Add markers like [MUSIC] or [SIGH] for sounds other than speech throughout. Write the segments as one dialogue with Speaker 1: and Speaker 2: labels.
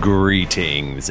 Speaker 1: Greetings,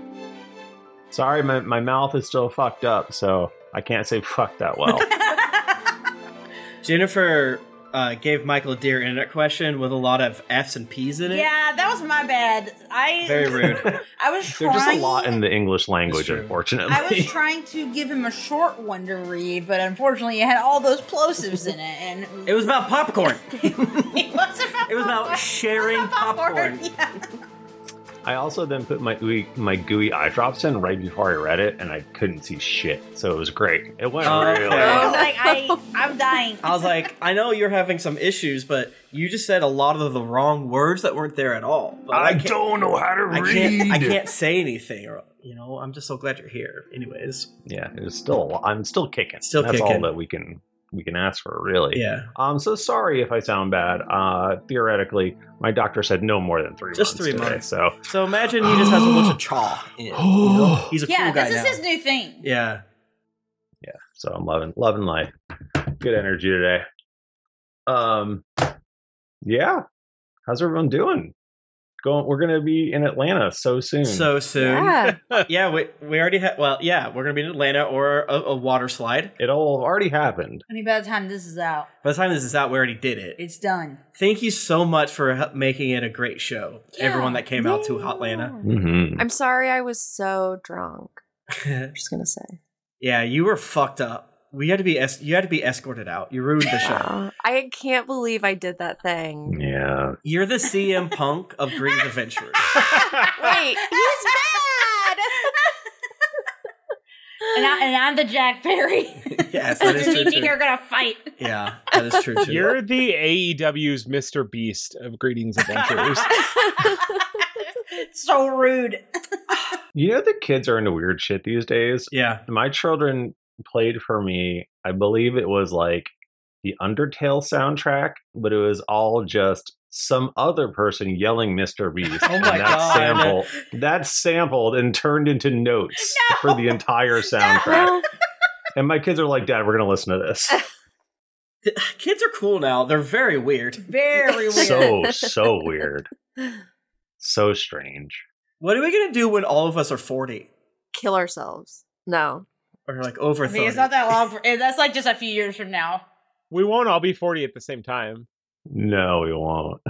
Speaker 2: Sorry, my, my mouth is still fucked up, so I can't say fuck that well.
Speaker 3: [LAUGHS] Jennifer uh, gave Michael a dear internet question with a lot of F's and P's in it.
Speaker 4: Yeah, that was my bad. I [LAUGHS]
Speaker 3: Very rude.
Speaker 4: I was
Speaker 2: There's
Speaker 4: trying.
Speaker 2: just a lot in the English language,
Speaker 3: true.
Speaker 2: unfortunately. [LAUGHS]
Speaker 4: I
Speaker 3: [LAUGHS]
Speaker 4: was trying to give him a short one to read, but unfortunately, it had all those plosives in it, and [LAUGHS]
Speaker 3: it was about popcorn.
Speaker 4: it
Speaker 3: [LAUGHS]
Speaker 4: wasn't.
Speaker 3: [LAUGHS] It was about sharing popcorn.
Speaker 4: [LAUGHS] Yeah.
Speaker 2: I also then put my ooey, my gooey eye drops in right before I read it, and I couldn't see shit, so it was great. It went
Speaker 3: Oh,
Speaker 2: really
Speaker 3: okay.
Speaker 4: I was like, I, [LAUGHS] I'm dying.
Speaker 3: I was like, I know you're having some issues, but you just said a lot of the wrong words that weren't there at all. But
Speaker 2: I
Speaker 3: can't-
Speaker 2: don't know how to
Speaker 3: I
Speaker 2: read.
Speaker 3: can't. I can't say anything. Or, you know, I'm just so glad you're here. Anyways,
Speaker 2: Yeah, it was still. a lot. I'm still kicking.
Speaker 3: Still
Speaker 2: That's
Speaker 3: kicking.
Speaker 2: all that we can we can ask for, really.
Speaker 3: yeah,
Speaker 2: I'm so sorry if I sound bad. Uh, theoretically, my doctor said no more than three.
Speaker 3: Just
Speaker 2: months
Speaker 3: three
Speaker 2: today,
Speaker 3: months.
Speaker 2: So
Speaker 3: So imagine he just has a bunch of chaw. In,
Speaker 2: [GASPS]
Speaker 3: you
Speaker 2: Oh,
Speaker 3: know? [SIGHS] He's a
Speaker 4: yeah,
Speaker 3: cool guy
Speaker 4: this is
Speaker 3: now.
Speaker 4: his new thing.
Speaker 3: yeah.
Speaker 2: yeah so i'm loving loving life good energy today um yeah how's everyone doing going we're gonna be in atlanta so soon
Speaker 3: So soon. [LAUGHS] Yeah,
Speaker 5: Yeah.
Speaker 3: we, we already had. Well, yeah, we're gonna be in Atlanta or a, a water slide.
Speaker 2: it'll have already happened
Speaker 4: I mean, by the time this is out,
Speaker 3: By the time this is out, we already did it.
Speaker 4: it's done.
Speaker 3: Thank you so much for he- making it a great show.
Speaker 4: Yeah.
Speaker 3: Everyone that came out to Hotlanta.
Speaker 2: mm-hmm.
Speaker 5: I'm sorry I was so drunk. I'm just going to say.
Speaker 3: yeah, you were fucked up. We had to be es- you had to be escorted out. You ruined the show.
Speaker 5: Uh, I can't believe I did that thing.
Speaker 2: yeah
Speaker 3: You're the CM Punk of Green's
Speaker 4: [LAUGHS]
Speaker 3: Adventures.
Speaker 5: Wait, he's bad!
Speaker 4: And, I, and I'm the Jack Perry.
Speaker 3: [LAUGHS] Yes, that
Speaker 4: [LAUGHS]
Speaker 3: is
Speaker 4: and
Speaker 3: true.
Speaker 4: me
Speaker 3: too.
Speaker 4: are gonna fight.
Speaker 3: Yeah, that is true too.
Speaker 6: You're the AEW's Mr. Beast of Greetings
Speaker 4: [LAUGHS]
Speaker 6: Adventures.
Speaker 4: so rude.
Speaker 2: you know the kids are into weird shit these days
Speaker 3: yeah.
Speaker 2: my children played for me i believe it was like the undertale soundtrack but it was all just some other person yelling mr beast
Speaker 3: Oh
Speaker 2: and
Speaker 3: my
Speaker 2: that
Speaker 3: God.
Speaker 2: sample that sampled and turned
Speaker 3: [LAUGHS]
Speaker 2: into notes
Speaker 4: No.
Speaker 2: for the entire soundtrack
Speaker 5: well,
Speaker 2: and my kids are like dad we're gonna listen to
Speaker 3: [LAUGHS]
Speaker 2: this
Speaker 3: uh, Kids are cool now. They're very weird.
Speaker 4: Very
Speaker 3: [LAUGHS]
Speaker 2: [LAUGHS]
Speaker 4: weird.
Speaker 2: so so weird so strange
Speaker 3: What are we gonna do when all of us are forty
Speaker 5: [SIGHS] kill ourselves. No.
Speaker 3: or like over
Speaker 4: I
Speaker 3: thirty?
Speaker 4: mean, it's not that long. For, eh, that's like just a few years from now.
Speaker 6: we won't all be 40 at the same time.
Speaker 2: no we won't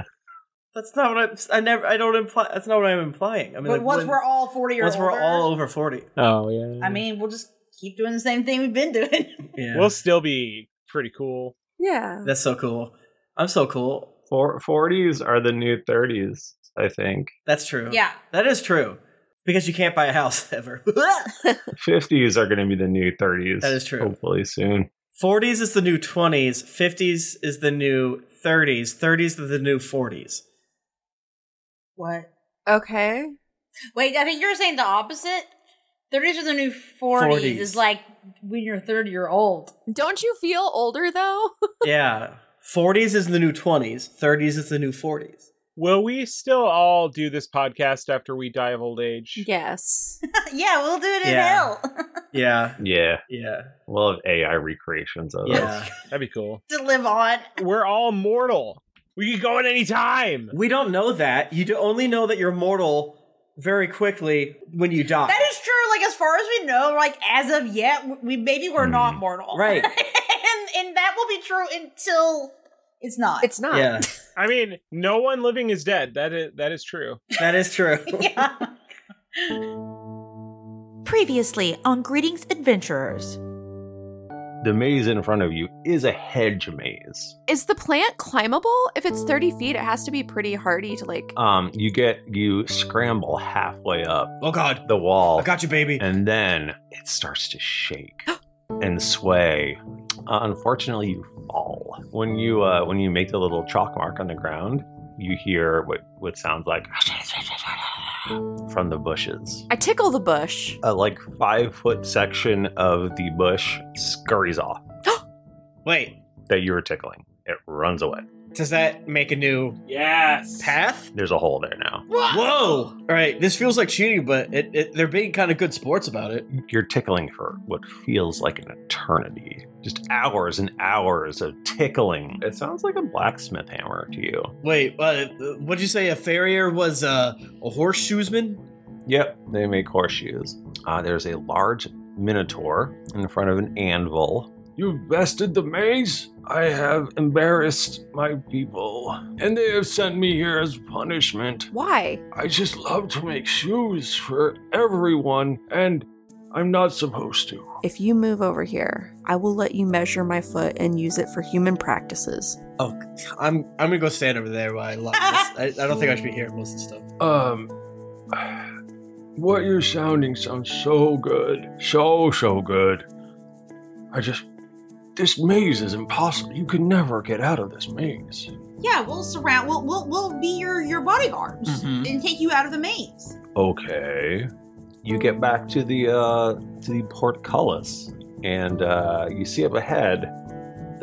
Speaker 3: That's not what I'm. I never. I don't imply. That's not what I'm implying. I mean,
Speaker 4: but
Speaker 3: like,
Speaker 4: once
Speaker 3: when-
Speaker 4: we're all forty or
Speaker 3: once we're
Speaker 4: older,
Speaker 3: all over forty,
Speaker 6: Oh, yeah.
Speaker 4: I mean, we'll just keep doing the same thing we've been doing. [LAUGHS]
Speaker 3: yeah,
Speaker 6: we'll still be pretty cool.
Speaker 5: Yeah.
Speaker 3: that's so cool. I'm so cool.
Speaker 2: Four, 40s are the new 30s i think
Speaker 3: That's true.
Speaker 4: yeah,
Speaker 3: that is true. Because you can't buy a house [LAUGHS] ever.
Speaker 2: 50s are gonna be the new 30s
Speaker 3: That is true.
Speaker 2: hopefully soon
Speaker 3: Forties is the new twenties. Fifties is the new thirties. Thirties is the new
Speaker 4: [LAUGHS]
Speaker 3: forties.
Speaker 4: what?
Speaker 5: Okay.
Speaker 4: Wait, I think you're saying the opposite. Thirties are the new forties.
Speaker 3: 40s.
Speaker 4: Is like when you're thirty year old.
Speaker 5: Don't you feel older, though? [LAUGHS]
Speaker 3: yeah, forties is the new twenties. Thirties is the new forties.
Speaker 6: Will we still all do this podcast after we die of old age?
Speaker 5: yes.
Speaker 4: [LAUGHS] yeah, we'll do it in
Speaker 3: Yeah.
Speaker 4: hell.
Speaker 3: Yeah,
Speaker 2: yeah
Speaker 3: yeah,
Speaker 2: We'll have AI recreations of it.
Speaker 3: yeah.
Speaker 6: That'd be cool.
Speaker 4: to live on.
Speaker 6: We're all mortal. We could go at any time.
Speaker 3: We don't know that. You do only know that you're mortal very quickly when you die.
Speaker 4: That is true. Like as far as we know, like as of yet, we maybe we're not
Speaker 2: Mm.
Speaker 4: mortal, [LAUGHS]
Speaker 3: Right.
Speaker 4: and and that will be true until it's not.
Speaker 5: It's not.
Speaker 4: [LAUGHS]
Speaker 3: yeah,
Speaker 6: I mean, no one living is dead. That is that is true.
Speaker 3: that is true.
Speaker 4: yeah. Previously on Greetings Adventurers.
Speaker 2: The maze in front of you is a hedge maze.
Speaker 5: Is the plant climbable? If it's 30 feet, it has to be pretty hardy to, like,
Speaker 2: Um, you get you scramble halfway up
Speaker 3: Oh God,
Speaker 2: the wall,
Speaker 3: you, baby.
Speaker 2: and then it starts
Speaker 3: [GASPS]
Speaker 2: to shake and sway. Uh, unfortunately, you fall when you uh, when you make the little chalk mark on the ground. You hear what what sounds like [LAUGHS] from the bushes.
Speaker 5: I tickle the bush.
Speaker 2: A like five foot section of the bush scurries off
Speaker 3: [GASPS] Wait,
Speaker 2: that you were tickling. It runs away.
Speaker 3: does that make a new
Speaker 7: Yes.
Speaker 3: path?
Speaker 2: There's a hole there now.
Speaker 3: Whoa! All right, this feels like cheating, but it, it, they're being kind of good sports about it.
Speaker 2: You're tickling for what feels like an eternity. Just hours and hours of tickling. It sounds like a blacksmith hammer to you.
Speaker 3: Wait, uh, what'd you say? A farrier was uh, a horseshoesman?
Speaker 2: Yep, they make horseshoes. Uh, there's a large minotaur in front of an anvil.
Speaker 8: You bested the maze? I have embarrassed my people, and they have sent me here as punishment.
Speaker 5: Why?
Speaker 8: I just love to make shoes for everyone, and I'm not supposed to.
Speaker 9: If you move over here, I will let you measure my foot and use it for human practices.
Speaker 3: Oh, I'm I'm gonna go stand over there while I lock this. I, I don't think I should be hearing most of the stuff.
Speaker 8: Um, what you're sounding sounds so good. So, so good. I just. This maze is impossible. You can never get out of this maze.
Speaker 4: Yeah, we'll surround. We'll we'll, we'll be your your bodyguards
Speaker 7: Mhm.
Speaker 4: and take you out of the maze.
Speaker 2: Okay. You get back to the uh, to the portcullis, and uh, you see up ahead.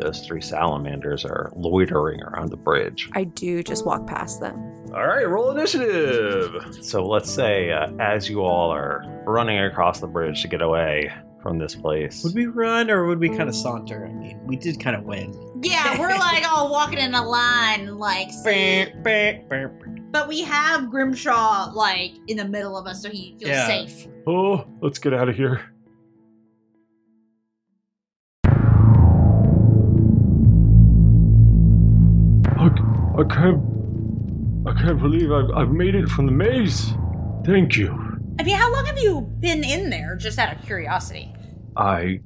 Speaker 2: Those three salamanders are loitering around the bridge.
Speaker 9: I do just walk past them.
Speaker 2: All right, roll initiative. So let's say uh, as you all are running across the bridge to get away from this place,
Speaker 3: Would we run or would we kind of saunter? I mean, we did kind of win.
Speaker 4: Yeah, we're like all walking in a line, [LAUGHS] like. But we have Grimshaw like in the middle of us, so he feels
Speaker 3: Yeah.
Speaker 4: safe.
Speaker 8: Oh, let's get out of here. I, I can't. I can't believe I've, I've made it from the maze. Thank you.
Speaker 4: I mean, how long have you been in there? Just out of curiosity.
Speaker 8: I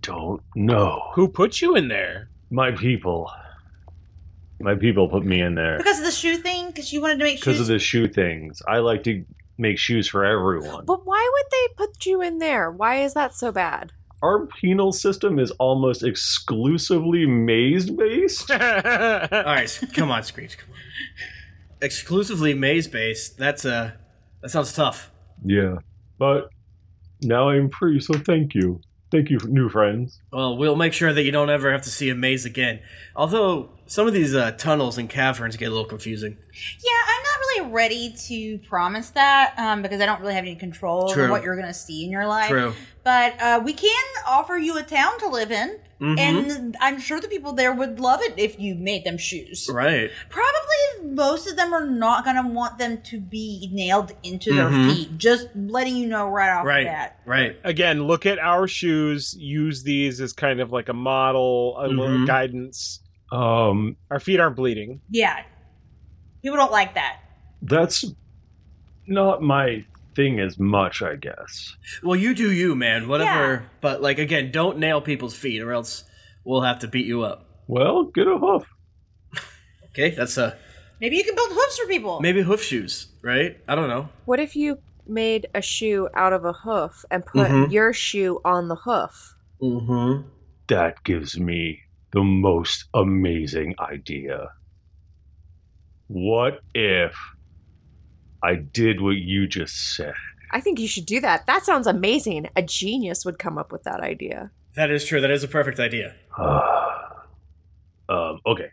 Speaker 8: don't know.
Speaker 6: Who put you in there?
Speaker 2: my people, my people put me in there.
Speaker 4: Because of the shoe thing, because you wanted to make
Speaker 2: because
Speaker 4: shoes.
Speaker 2: of the shoe things. I like to make shoes for everyone.
Speaker 9: But why would they put you in there? Why is that so bad?
Speaker 2: Our penal system is almost exclusively maze based.
Speaker 3: [LAUGHS] All right, s- come on, Screech. Come on. Exclusively maze based. That's uh, that sounds tough.
Speaker 8: Yeah, but now I'm free, so thank you. Thank you, new friends.
Speaker 3: Well, we'll make sure that you don't ever have to see a maze again. Although some of these uh, tunnels and caverns get a little confusing.
Speaker 4: yeah, I'm not really ready to promise that um, because I don't really have any control
Speaker 3: True.
Speaker 4: over what you're going to see in your life.
Speaker 3: True.
Speaker 4: But uh, we can offer you a town to live in,
Speaker 3: Mhm.
Speaker 4: and I'm sure the people there would love it if you made them shoes.
Speaker 3: Right.
Speaker 4: Probably most of them are not going to want them to be nailed into
Speaker 3: Mhm.
Speaker 4: their feet. Just letting you know right off
Speaker 3: Right.
Speaker 4: the bat.
Speaker 3: Right.
Speaker 6: Again, look at our shoes. Use these as kind of like a model, a little
Speaker 3: Mhm.
Speaker 6: guidance.
Speaker 8: Um,
Speaker 6: Our feet aren't bleeding.
Speaker 4: Yeah, people don't like that.
Speaker 8: that's not my thing as much, I guess.
Speaker 3: Well, you do you, man. Whatever. But like again, don't nail people's feet, or else we'll have to beat you up.
Speaker 8: Well, get a hoof.
Speaker 3: [LAUGHS] Okay, that's uh
Speaker 4: Maybe you can build hooves for people.
Speaker 3: maybe hoof shoes, right? I don't know.
Speaker 9: What if you made a shoe out of a hoof and put
Speaker 3: Mhm.
Speaker 9: your shoe on the hoof?
Speaker 3: Mm-hmm.
Speaker 8: That gives me the most amazing idea. What if I did what you just said?
Speaker 9: I think you should do that. That sounds amazing. A genius would come up with that idea.
Speaker 3: That is true. That is a perfect idea.
Speaker 8: Uh, um, okay.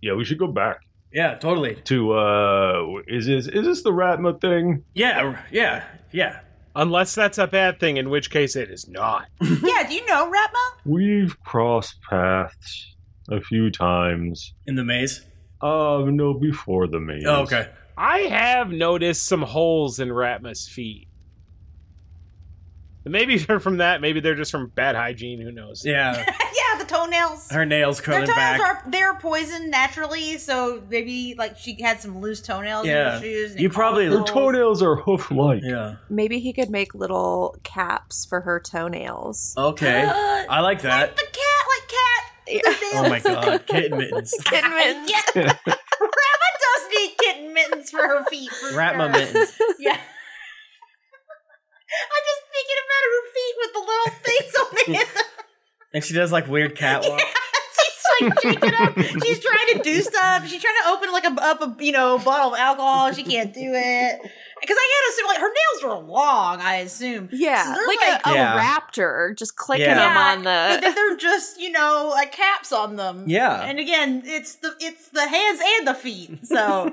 Speaker 8: Yeah, we should go back
Speaker 3: Yeah, totally.
Speaker 8: to uh is this is this the Ratma thing?
Speaker 3: Yeah, r- yeah, yeah.
Speaker 6: Unless that's a bad thing, in which case it is not.
Speaker 4: yeah, do you know Ratma?
Speaker 8: We've crossed paths a few times.
Speaker 3: In the maze.
Speaker 8: Um no before the maze.
Speaker 3: Oh, okay.
Speaker 6: I have noticed some holes in Ratma's feet. Maybe [LAUGHS] they're from that. Maybe they're just from bad hygiene. Who knows? [LAUGHS]
Speaker 3: Yeah.
Speaker 4: [LAUGHS] yeah, the toenails.
Speaker 3: Her nails
Speaker 4: Their
Speaker 3: curling
Speaker 4: toenails
Speaker 3: back.
Speaker 4: are they're poisoned naturally, so maybe like she had some loose toenails
Speaker 3: Yeah.
Speaker 4: in her shoes. and
Speaker 3: You
Speaker 4: it
Speaker 3: probably-
Speaker 4: caused
Speaker 8: Her
Speaker 4: holes. [LAUGHS]
Speaker 8: toenails are hoof like.
Speaker 3: yeah.
Speaker 9: Maybe he could make little caps for her toenails.
Speaker 4: [GASPS]
Speaker 9: [GASPS]
Speaker 3: Okay. I like
Speaker 4: Like
Speaker 3: that.
Speaker 4: the cat, like cat.
Speaker 9: Yeah.
Speaker 3: Oh my god, kitten
Speaker 8: [LAUGHS]
Speaker 3: mittens.
Speaker 9: Kitten [LAUGHS] mittens.
Speaker 4: Yeah. Ratma does need kitten mittens for her feet. For
Speaker 3: Ratma
Speaker 4: sure.
Speaker 3: mittens.
Speaker 4: [LAUGHS] Yeah. I'm just thinking about her feet with the [LAUGHS] little things on the end.
Speaker 3: And she does like weird catwalk.
Speaker 4: She's like changing up. She's trying to do stuff. She's trying to open like a up a you know bottle of alcohol. She can't do it because I gotta assume like her nails were long. I assume.
Speaker 9: Yeah,
Speaker 4: So they're
Speaker 9: like,
Speaker 4: like-
Speaker 9: a, a
Speaker 3: Yeah.
Speaker 9: raptor just clicking
Speaker 3: Yeah.
Speaker 9: them
Speaker 4: Yeah,
Speaker 9: on
Speaker 4: But
Speaker 9: the.
Speaker 4: then they're just you know like caps on them.
Speaker 3: Yeah.
Speaker 4: And again, it's the it's the hands and the feet.
Speaker 2: [LAUGHS]
Speaker 4: So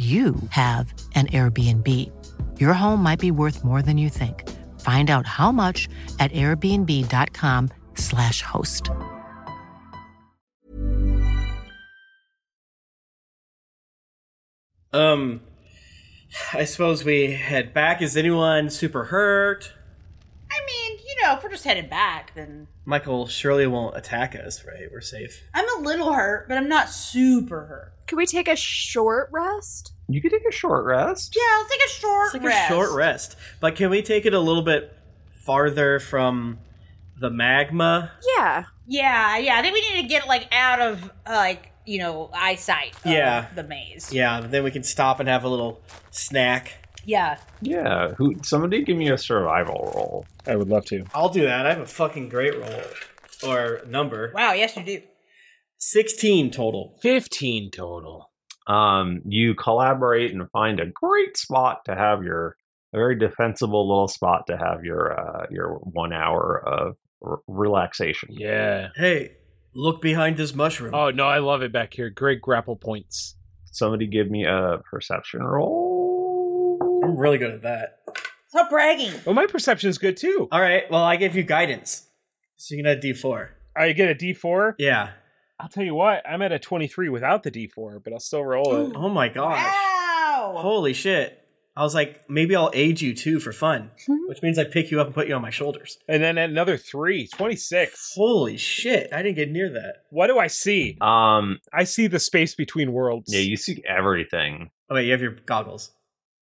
Speaker 10: you have an Airbnb. Your home might be worth more than you think. Find out how much at airbnb.com/slash host.
Speaker 3: [LAUGHS] Um, I suppose we head back. Is anyone super hurt?
Speaker 4: I mean, you know, if we're just headed back, then
Speaker 3: Michael surely won't attack us, right? We're safe.
Speaker 4: I'm a little hurt, but I'm not super hurt.
Speaker 5: Could we take a short rest?
Speaker 2: You could take a short rest.
Speaker 4: Yeah, let's take a short
Speaker 3: Take
Speaker 4: rest.
Speaker 3: a short rest. But can we take it a little bit farther from the magma?
Speaker 4: Yeah. Yeah, yeah. I think we need to get like out of like you know eyesight. Of
Speaker 3: Yeah.
Speaker 4: The maze.
Speaker 3: Yeah, then we can stop and have a little snack.
Speaker 4: Yeah.
Speaker 8: Uh,
Speaker 2: Yeah. Who? Somebody give me a survival roll.
Speaker 6: I would love to.
Speaker 3: I'll do that. I have a fucking great roll or number.
Speaker 4: Wow. Yes, you do.
Speaker 3: 16 total.
Speaker 6: 15 total.
Speaker 2: Um, you collaborate and find a great spot to have your a very defensible little spot to have your uh, your one hour of r- relaxation.
Speaker 6: Yeah.
Speaker 3: Hey, look behind this mushroom.
Speaker 6: Oh, no, I love it back here. Great grapple points.
Speaker 2: Somebody give me a perception roll.
Speaker 3: I'm really good at that.
Speaker 4: Stop bragging.
Speaker 6: Well, my perception's good too.
Speaker 3: All right. Well, I give you guidance. So you can add D4.
Speaker 6: I get a D4?
Speaker 3: Yeah.
Speaker 6: I'll tell you what, I'm at a 23 without the D4, but I'll still roll it.
Speaker 3: Oh my gosh.
Speaker 4: Ah.
Speaker 3: Holy shit. I was like, maybe I'll aid you too for
Speaker 4: [LAUGHS]
Speaker 3: fun, which means I pick you up and put you on my shoulders.
Speaker 6: And then another three, 26.
Speaker 3: Holy shit. I didn't get near that.
Speaker 6: What do I see?
Speaker 2: Um,
Speaker 6: I see the space between worlds.
Speaker 2: Yeah, you see everything.
Speaker 3: Oh, wait, you have your goggles.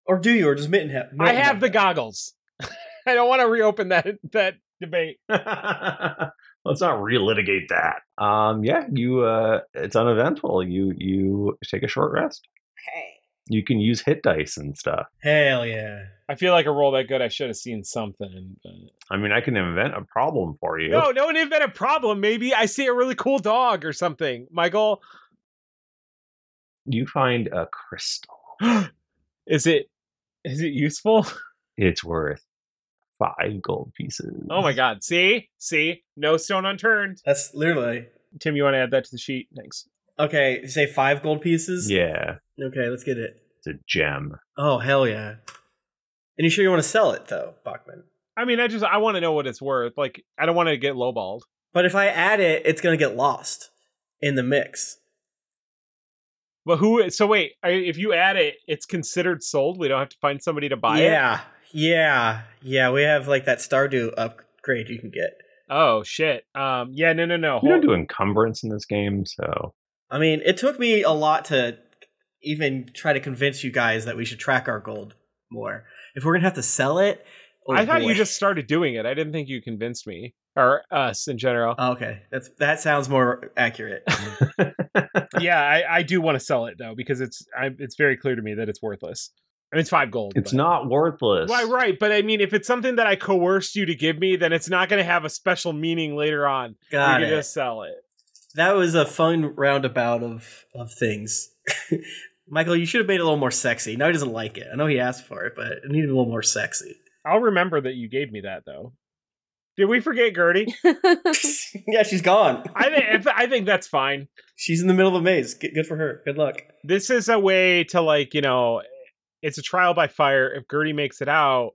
Speaker 3: Or do you? Or does Mitten have?
Speaker 6: I have the goggles. [LAUGHS] I don't want to reopen that that debate.
Speaker 2: Let's not relitigate that. Um, yeah, you. Uh, it's uneventful. You you take a short rest. Okay. You can use hit dice and stuff.
Speaker 3: Hell yeah.
Speaker 6: I feel like a roll that good. I should have seen something. But...
Speaker 2: I mean, I can invent a problem for you.
Speaker 6: No, no one invented a problem. Maybe I see a really cool dog or something. Michael, [GASPS]
Speaker 2: You find a crystal.
Speaker 6: is it is it useful?
Speaker 2: It's worth five gold pieces.
Speaker 6: Oh my god! See, see, no stone unturned.
Speaker 3: That's literally.
Speaker 6: Tim, you want to add that to the sheet? Thanks.
Speaker 3: Okay, you say five gold pieces?
Speaker 2: Yeah,
Speaker 3: Okay, let's get it.
Speaker 2: it's a gem.
Speaker 3: Oh, hell yeah. And you sure you want to sell it, though, Bachman?
Speaker 6: I mean, I just I want to know what it's worth. Like, I don't want to get lowballed.
Speaker 3: But if I add it, it's going to get lost in the mix.
Speaker 6: But who? So wait, I, if you add it, it's considered sold. We don't have to find somebody to buy
Speaker 3: yeah,
Speaker 6: it.
Speaker 3: yeah, yeah. We have like that Stardew upgrade you can get.
Speaker 6: Oh shit. Um. Yeah. No. No. No.
Speaker 2: We
Speaker 6: Hold-
Speaker 2: don't do encumbrance in this game, so
Speaker 3: I mean, it took me a lot to even try to convince you guys that we should track our gold more. If we're gonna have to sell it, oh
Speaker 6: I thought
Speaker 3: boy.
Speaker 6: you just started doing it. I didn't think you convinced me or us in general.
Speaker 3: Oh, okay, that's that sounds more accurate.
Speaker 6: yeah, I, I do want to sell it though because it's I, it's very clear to me that it's worthless. I mean, it's five gold.
Speaker 2: it's not worthless.
Speaker 6: Why, right? But I mean, if it's something that I coerced you to give me, then it's not going to have a special meaning later on.
Speaker 3: Got
Speaker 6: you can
Speaker 3: it.
Speaker 6: just sell it.
Speaker 3: That was a fun roundabout of of things. [LAUGHS] Michael, you should have made it a little more sexy. Now he doesn't like it. I know he asked for it, but it needed a little more sexy.
Speaker 6: I'll remember that you gave me that though. Did we forget Gertie?
Speaker 3: [LAUGHS] yeah, she's gone.
Speaker 6: I think I think that's fine.
Speaker 3: She's in the middle of the maze. Good good for her. Good luck.
Speaker 6: This is a way to like you know, it's a trial by fire. If Gertie makes it out,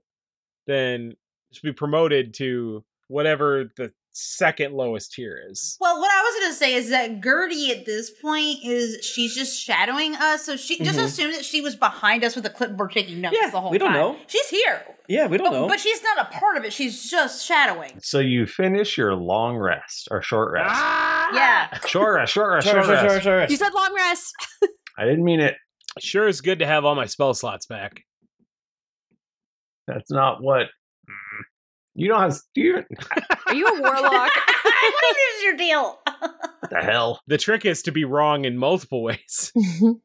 Speaker 6: then she'll be promoted to whatever the second lowest tier is.
Speaker 4: Well, what I was gonna say is that Gertie at this point is she's just shadowing us, so she just
Speaker 3: Mhm.
Speaker 4: assumed that she was behind us with a clipboard taking notes the whole
Speaker 3: we don't
Speaker 4: time.
Speaker 3: know.
Speaker 4: She's here.
Speaker 3: Yeah, we
Speaker 4: Oh, but, but she's not a part of it. She's just shadowing.
Speaker 2: So you finish your long rest or short rest.
Speaker 6: Ah!
Speaker 9: Ah.
Speaker 4: Yeah.
Speaker 2: Short rest, short rest,
Speaker 6: Short rest, short
Speaker 2: short, rest.
Speaker 6: rest, short rest.
Speaker 9: You said long rest.
Speaker 2: I didn't mean it.
Speaker 6: Sure is good to have all my spell slots back.
Speaker 2: That's not what mm, you don't have. Do you, what
Speaker 9: Are you
Speaker 4: [LAUGHS]
Speaker 9: a warlock?
Speaker 4: what is your deal?
Speaker 9: [LAUGHS]
Speaker 2: the hell?
Speaker 6: The trick is to be wrong in [LAUGHS] multiple ways.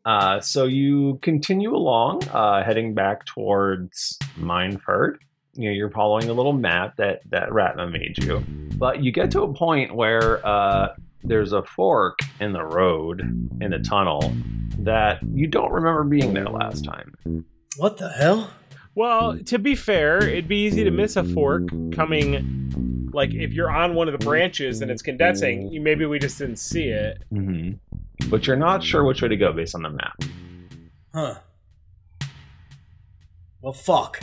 Speaker 2: Uh, so you continue along, uh, heading back towards Mineford. You know, you're following the little map that that Ratna made you, but you get to a point where uh, there's a fork in the road in the tunnel that you don't remember being there last time.
Speaker 3: What the hell?
Speaker 6: Well, to be fair, it'd be easy to miss a fork coming. Like if you're on one of the branches and it's condensing, you, maybe we just didn't see it.
Speaker 2: hmm But you're not sure which way to go based on the map.
Speaker 3: Huh. Well, fuck.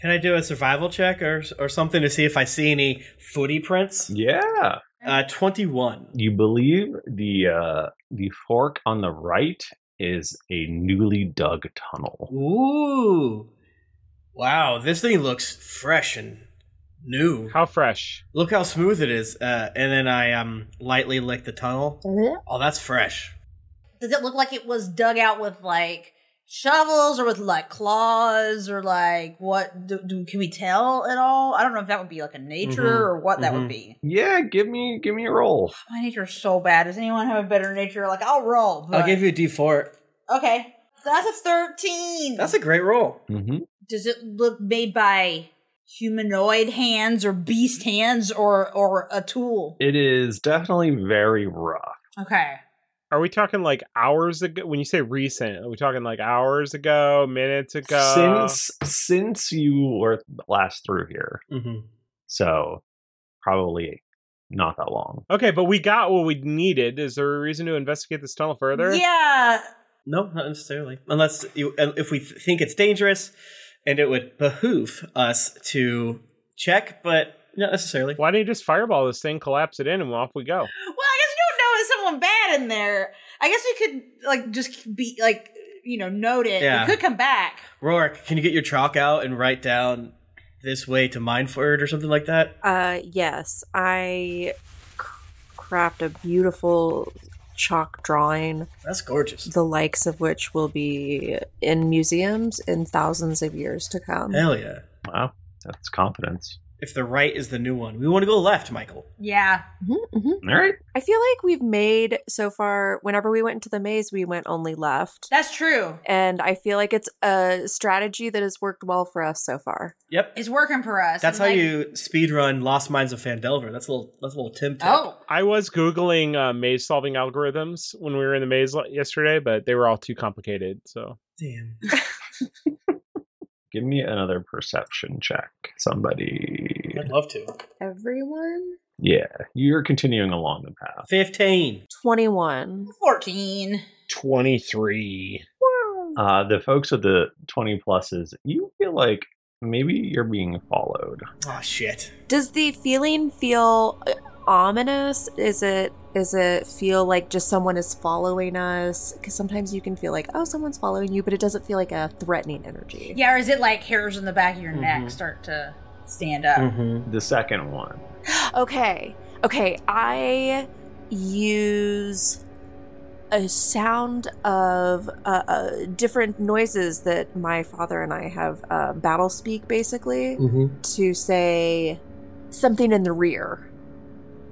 Speaker 3: Can I do a survival check or or something to see if I see any footy prints?
Speaker 2: Yeah.
Speaker 3: Uh, twenty-one.
Speaker 2: You believe the uh, the fork on the right is a newly dug tunnel.
Speaker 3: Ooh. Wow, this thing looks fresh and new.
Speaker 6: How fresh?
Speaker 3: Look how smooth it is. Uh, and then I um lightly lick the tunnel. Oh, that's fresh.
Speaker 4: Does it look like it was dug out with like shovels or with like claws or like what? Do, do can we tell at all? I don't know if that would be like a nature
Speaker 3: Mm-hmm.
Speaker 2: Mhm.
Speaker 4: or what that would
Speaker 2: Mhm.
Speaker 4: be.
Speaker 2: Yeah, give me give me a roll.
Speaker 4: My nature is so bad. Does anyone have a better nature? Like I'll roll. But...
Speaker 3: I'll give you a D four.
Speaker 4: Okay, that's a thirteen.
Speaker 3: That's a great roll.
Speaker 2: Mm-hmm.
Speaker 4: Does it look made by humanoid hands or beast hands or or a tool?
Speaker 2: It is definitely very rough.
Speaker 4: Okay.
Speaker 6: Are we talking like hours ago? When you say recent, are we talking like hours ago, minutes ago?
Speaker 2: Since since you were last through here,
Speaker 3: Mhm.
Speaker 2: so probably not that long.
Speaker 6: Okay, but we got what we needed. Is there a reason to investigate this tunnel further?
Speaker 4: Yeah.
Speaker 3: No, not necessarily. Unless you, if we th- think it's dangerous, and it would behoove us to check, but not necessarily.
Speaker 6: Why don't you just fireball this thing, collapse it in, and off we go?
Speaker 4: Well, I guess you don't know it's someone bad in there. I guess we could like just be like you know note it.
Speaker 3: Yeah.
Speaker 4: We could come back.
Speaker 3: Rourke, can you get your chalk out and write down this way to Mineford or something like that?
Speaker 9: Uh, yes, I c- craft a beautiful chalk drawing.
Speaker 3: That's gorgeous.
Speaker 9: The likes of which will be in museums in thousands of years to come.
Speaker 3: Hell yeah.
Speaker 2: Wow, that's confidence.
Speaker 3: If the right is the new one, we want to go left, Michael.
Speaker 4: Yeah.
Speaker 2: All right.
Speaker 9: Mm-hmm, I feel like we've made so far. Whenever we went into the maze, we went only left.
Speaker 4: That's true.
Speaker 9: And I feel like it's a strategy that has worked well for us so far.
Speaker 3: Yep.
Speaker 4: It's working for us.
Speaker 3: That's how
Speaker 4: And, like,
Speaker 3: you speed run Lost Mines of Fandelver. That's a little that's a little Tim tip.
Speaker 4: Oh.
Speaker 6: I was googling uh, maze solving algorithms when we were in the maze l- yesterday, but they were all too complicated. So
Speaker 3: Damn.
Speaker 2: Give me another perception check, somebody.
Speaker 3: I'd love to.
Speaker 9: Everyone?
Speaker 2: Yeah, you're continuing along the path.
Speaker 3: 15.
Speaker 9: 21.
Speaker 4: 14.
Speaker 6: 23.
Speaker 2: Uh, the folks with the 20 pluses, you feel like Maybe you're being followed.
Speaker 3: Oh shit.
Speaker 9: Does the feeling feel uh, ominous? Is it is it feel like just someone is following us? Because sometimes you can feel like oh someone's following you, but it doesn't feel like a threatening energy.
Speaker 4: Yeah, or is it like hairs on the back of your
Speaker 3: Mm-hmm.
Speaker 4: neck start to stand up?
Speaker 2: The second one.
Speaker 9: Okay. Okay. I use a sound of uh, uh, different noises that my father and I have uh, battle speak basically
Speaker 11: Mhm.
Speaker 9: to say something in the rear.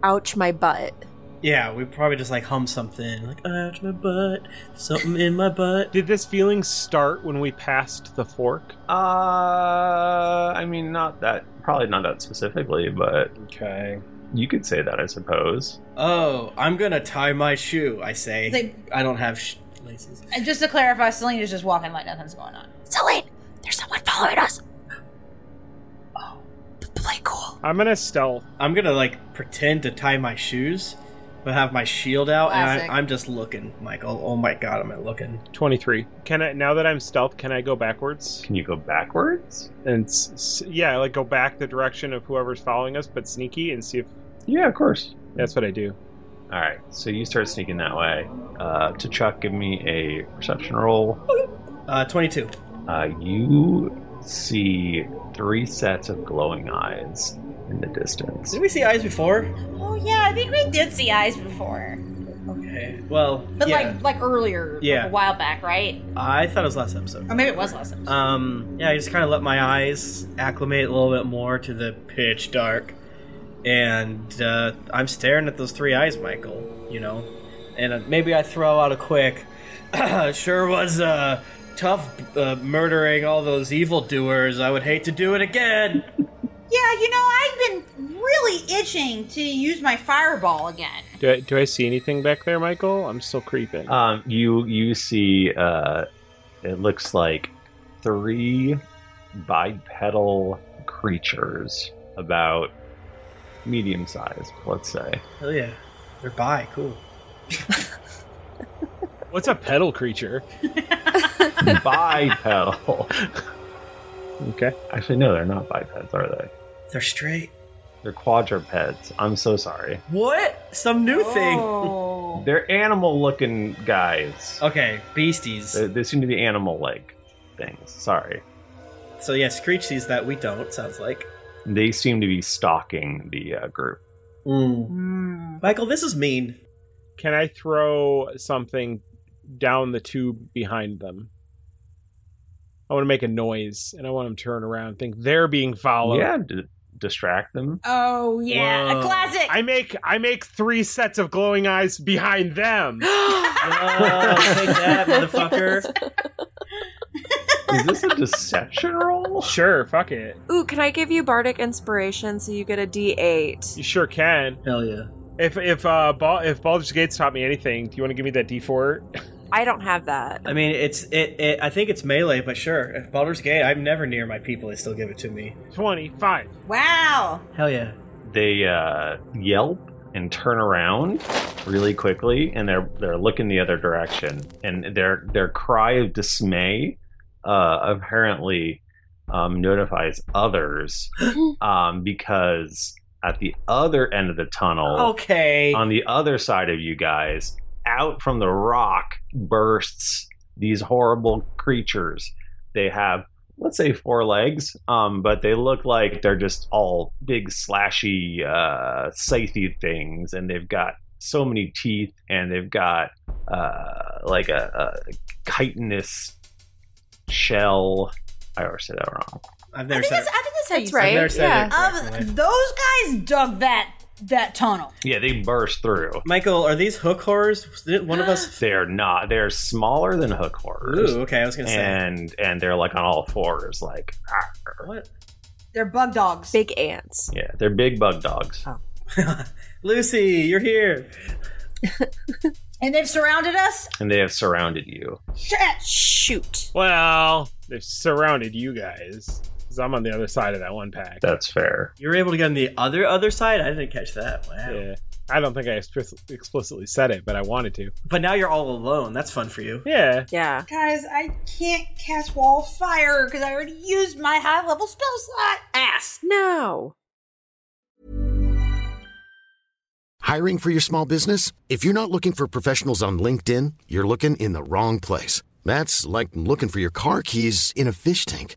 Speaker 9: Ouch, my butt.
Speaker 3: Yeah, we probably just like hum something like out my butt, something in my butt.
Speaker 6: Did this feeling start when we passed the fork?
Speaker 2: Uh, I mean, not that, probably not that specifically, but.
Speaker 6: Okay.
Speaker 2: You could say that, I suppose.
Speaker 3: Oh, I'm gonna tie my shoe. I say.
Speaker 4: They-
Speaker 3: I don't have sh- laces.
Speaker 4: And just to clarify, Selena's just walking like nothing's going on. Selene, there's someone following us.
Speaker 6: I'm gonna stealth.
Speaker 3: I'm gonna like pretend to tie my shoes, but have my shield out,
Speaker 6: Classic.
Speaker 3: and I, I'm just looking, Michael. Oh my god, am I looking?
Speaker 6: 23. Can I now that I'm stealth, can I go backwards?
Speaker 2: Can you go backwards?
Speaker 6: And s- s- yeah, like go back the direction of whoever's following us but sneaky and see if
Speaker 2: Yeah, of course.
Speaker 6: That's what I do.
Speaker 2: All right, so you start sneaking that way. Uh, to Chuck, give me a perception roll.
Speaker 3: Uh, 22.
Speaker 2: Uh, you see three sets of glowing eyes in the distance.
Speaker 3: Did we see eyes before?
Speaker 4: Oh yeah, I think we did see eyes before,
Speaker 3: Okay. Well,
Speaker 4: but
Speaker 3: yeah.
Speaker 4: like like earlier, like,
Speaker 3: Yeah.
Speaker 4: a while back, right?
Speaker 3: I thought it was last episode.
Speaker 4: Or maybe it was last episode.
Speaker 3: Um, yeah, I just kind of let my eyes acclimate a little bit more to the pitch dark, and uh, I'm staring at those three eyes, Michael. You know, and uh, maybe I throw out a quick, [CLEARS THROAT] sure was uh, tough uh, murdering all those evil doers. I would hate to do it again.
Speaker 4: Yeah, you know, I've been really itching to use my fireball again.
Speaker 6: Do I, do I see anything back there, Michael? I'm still creeping.
Speaker 2: Um, you you see, uh, it looks like three bipedal creatures, about medium sized, let's say.
Speaker 3: Hell yeah, they're bi. Cool.
Speaker 6: What's a pedal creature?
Speaker 2: [LAUGHS] bipedal.
Speaker 6: okay.
Speaker 2: Actually, no, they're not bipeds, are they?
Speaker 3: They're straight.
Speaker 2: They're quadrupeds. I'm so sorry.
Speaker 3: What? Some new
Speaker 2: [LAUGHS] They're animal looking guys.
Speaker 3: Okay, beasties.
Speaker 2: They, they seem to be animal like things. Sorry.
Speaker 3: thing. So yeah, Screech sees that we don't. Sounds like.
Speaker 2: They seem to be stalking the uh, group.
Speaker 3: Mm. Michael, this is mean.
Speaker 6: Can I throw something down the tube behind them? I want to make a noise and I want them to turn around and think they're being followed.
Speaker 2: Yeah, d- distract them.
Speaker 4: Oh
Speaker 6: yeah,
Speaker 4: a Whoa. classic.
Speaker 6: I make I make three sets of glowing eyes behind them.
Speaker 3: take that, motherfucker.
Speaker 2: Is this a deception roll?
Speaker 6: Sure, fuck it.
Speaker 9: Ooh, can I give you bardic inspiration so you get a D8?
Speaker 6: You sure can.
Speaker 3: Hell yeah.
Speaker 6: If if uh Bal- if Baldur's Gate's taught me anything, do you want to give me that D4?
Speaker 9: I don't have that.
Speaker 3: I mean, it's it, it. I think it's melee, but sure. If Baldur's Gate, I'm never near my people. They still give it to me.
Speaker 6: Twenty five.
Speaker 4: Wow.
Speaker 3: Hell yeah.
Speaker 2: They uh, yelp and turn around really quickly, and they're they're looking the other direction. And their their cry of dismay uh, apparently um, notifies others um, because at the other end of the tunnel,
Speaker 3: Okay.
Speaker 2: on the other side of you guys, out from the rock bursts these horrible creatures. They have, let's say, four legs, um, but they look like they're just all big, slashy, uh, scythy things, and they've got so many teeth, and they've got uh, like a, a chitinous shell. I already said that wrong.
Speaker 3: I've
Speaker 4: I
Speaker 3: never
Speaker 4: think
Speaker 3: said.
Speaker 4: that's, I think that's how you
Speaker 3: That's
Speaker 4: say
Speaker 3: right,
Speaker 4: it.
Speaker 3: I've never said it
Speaker 4: Um,
Speaker 3: correctly.
Speaker 4: those guys dug that that tunnel.
Speaker 2: Yeah, they burst through.
Speaker 3: Michael, are these hook horrors? Did one of us?
Speaker 4: [GASPS]
Speaker 2: They're not. They're smaller than hook horrors.
Speaker 3: Ooh, okay, I was gonna say.
Speaker 2: And and they're like on all fours, like
Speaker 3: What?
Speaker 4: They're bug dogs.
Speaker 9: Big ants.
Speaker 2: yeah, they're big bug dogs.
Speaker 3: [LAUGHS] Lucy, you're here.
Speaker 4: And they've surrounded us?
Speaker 2: And they have surrounded you.
Speaker 4: Shit.
Speaker 9: Shoot.
Speaker 6: Well, they've surrounded you guys. Cause I'm on the other side of that one pack.
Speaker 2: That's fair.
Speaker 3: You were able to get on the other other side. I didn't catch that. Wow.
Speaker 6: Yeah.
Speaker 12: I don't think I explic- explicitly said it, but I wanted to.
Speaker 3: But now you're all alone. That's fun for you.
Speaker 12: Yeah.
Speaker 13: Yeah.
Speaker 4: Guys, I can't cast Wall of Fire because I already used my high level spell slot. Ass.
Speaker 13: No.
Speaker 11: Hiring for your small business? If you're not looking for professionals on LinkedIn, you're looking in the wrong place. That's like looking for your car keys in a fish tank.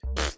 Speaker 3: Pfft,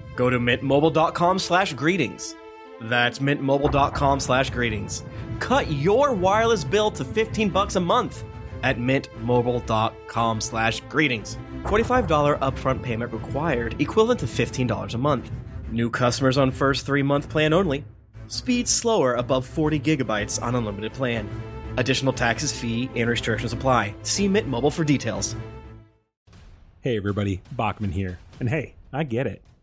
Speaker 3: go to mintmobile.com slash greetings. That's mintmobile.com slash greetings. Cut your wireless bill to 15 bucks a month at mintmobile.com slash greetings. $45 upfront payment required, equivalent to $15 a month. New customers on first three-month plan only. Speed slower above 40 gigabytes on unlimited plan. Additional taxes, fee, and restrictions apply. See Mint Mobile for details.
Speaker 6: Hey, everybody, Bachman here. And hey, I get it.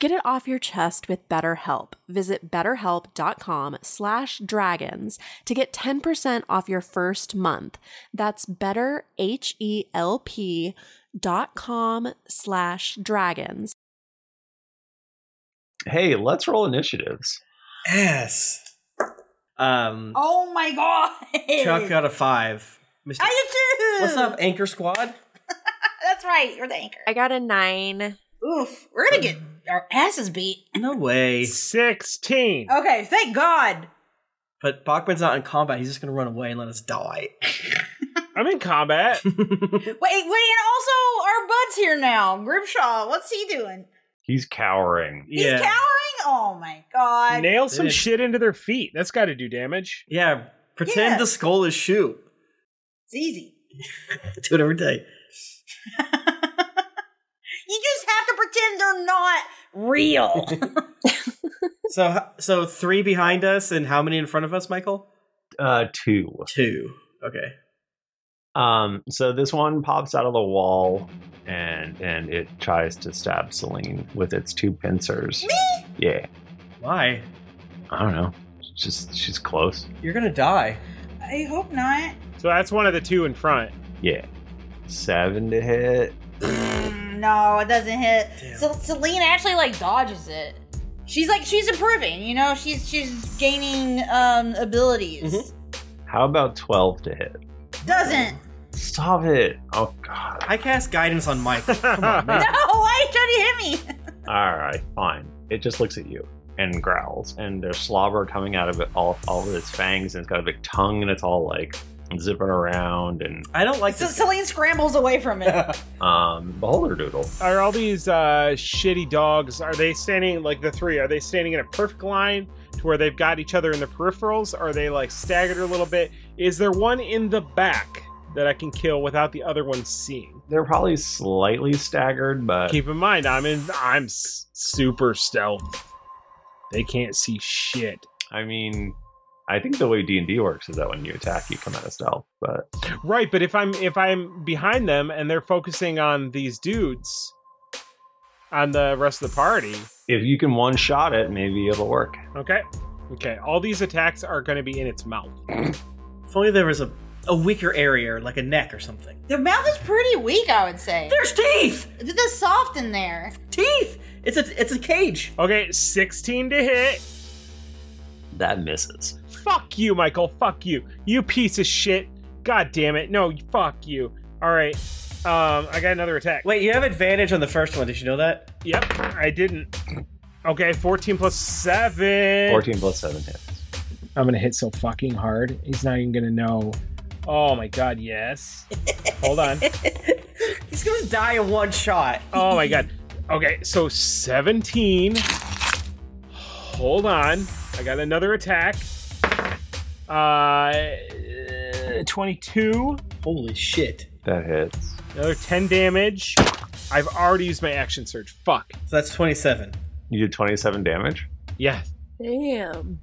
Speaker 5: Get it off your chest with BetterHelp. Visit betterhelp.com slash dragons to get 10% off your first month. That's betterhelp.com slash dragons.
Speaker 2: Hey, let's roll initiatives.
Speaker 3: Yes. Um,
Speaker 4: Oh my god!
Speaker 3: Chuck got a five. Mr.
Speaker 4: I did too.
Speaker 3: What's up, Anchor Squad?
Speaker 4: [LAUGHS] That's right. You're the anchor.
Speaker 9: I got a nine.
Speaker 4: Oof. We're gonna get
Speaker 6: Mm.
Speaker 4: our asses beat.
Speaker 3: No way.
Speaker 6: Sixteen.
Speaker 4: Okay. Thank God.
Speaker 3: But Bachman's not in combat. He's just gonna run away and let us die.
Speaker 6: [LAUGHS] I'm in combat.
Speaker 4: Wait, wait, and also our bud's here now. Grimshaw, what's he doing?
Speaker 2: He's cowering.
Speaker 4: He's cowering. Oh my God.
Speaker 6: Nail some shit into their feet. That's got to do damage.
Speaker 3: Yeah. [LAUGHS] Pretend
Speaker 4: Yeah.
Speaker 3: the skull is shoot. [LAUGHS]
Speaker 4: It's easy.
Speaker 3: Do it every day.
Speaker 4: You just have to pretend they're not real.
Speaker 3: [LAUGHS]
Speaker 4: [LAUGHS]
Speaker 3: so so three behind us and how many in front of us, Michael?
Speaker 2: Uh, two.
Speaker 3: Two. Okay.
Speaker 2: Um, so this one pops out of the wall and and it tries to stab Celine with its two pincers. Me? Yeah.
Speaker 3: Why?
Speaker 2: I don't know. It's Just she's close.
Speaker 3: You're gonna die.
Speaker 4: I hope not.
Speaker 6: So that's one of the two in front.
Speaker 2: Yeah. Seven to hit.
Speaker 4: No, it doesn't hit. So Celine actually like dodges it. She's like she's improving, you know. She's she's gaining um abilities.
Speaker 3: Mm-hmm.
Speaker 2: How about twelve to hit?
Speaker 4: Doesn't.
Speaker 6: [LAUGHS]
Speaker 2: Stop it. Oh god.
Speaker 3: I cast guidance on
Speaker 2: [LAUGHS]
Speaker 3: Michael. Come on,
Speaker 4: No,
Speaker 2: man.
Speaker 4: why are you trying to hit me?
Speaker 2: Alright, fine. It just looks at you and growls, and there's slobber coming out of it all all of its fangs, and it's got a big tongue and it's all like zipping around and
Speaker 3: I don't like
Speaker 4: So Celine scrambles away from it. [LAUGHS]
Speaker 2: um beholder doodle.
Speaker 6: Are all these uh, shitty dogs? Are they standing like the three? Are they standing in a perfect line to where they've got each other in the peripherals? Are they like staggered a little bit? Is there one in the back that I can kill without the other one seeing?
Speaker 2: They're probably slightly staggered, but
Speaker 6: Keep in mind, I'm in. I'm s- super stealth. They can't see shit.
Speaker 2: I mean, I think the way D and D works is that when you attack, you come out of stealth. But
Speaker 6: Right, but if I'm if I'm behind them and they're focusing on these dudes, on the rest of the party.
Speaker 2: if you can one shot it, maybe it'll work.
Speaker 6: Okay, okay. All these attacks are going to be in its mouth.
Speaker 3: If only there was a, a weaker area, or like a neck or something.
Speaker 4: Their mouth is pretty weak, I would say.
Speaker 3: There's teeth.
Speaker 4: They're soft in there. [LAUGHS]
Speaker 3: Teeth. It's a it's a cage.
Speaker 6: Okay, sixteen to hit.
Speaker 2: That misses.
Speaker 6: Fuck you, Michael. Fuck you. You piece of shit. God damn it. No, fuck you. All right. Um, I got another attack.
Speaker 3: Wait, you have advantage on the first one. Did you know that?
Speaker 6: Yep, I didn't. Okay, fourteen plus seven.
Speaker 2: Fourteen plus seven hits.
Speaker 6: I'm gonna hit so fucking hard. He's not even gonna know. Oh my
Speaker 3: [LAUGHS]
Speaker 6: god, yes. Hold on.
Speaker 3: He's gonna die in one shot.
Speaker 6: Oh my god. Okay, so 17. Hold on. I got another attack. Uh 22.
Speaker 3: Holy shit.
Speaker 2: That hits.
Speaker 6: Another 10 damage. I've already used my action surge. Fuck.
Speaker 3: So that's twenty-seven.
Speaker 2: You did twenty-seven damage.
Speaker 6: Yeah,
Speaker 9: Damn.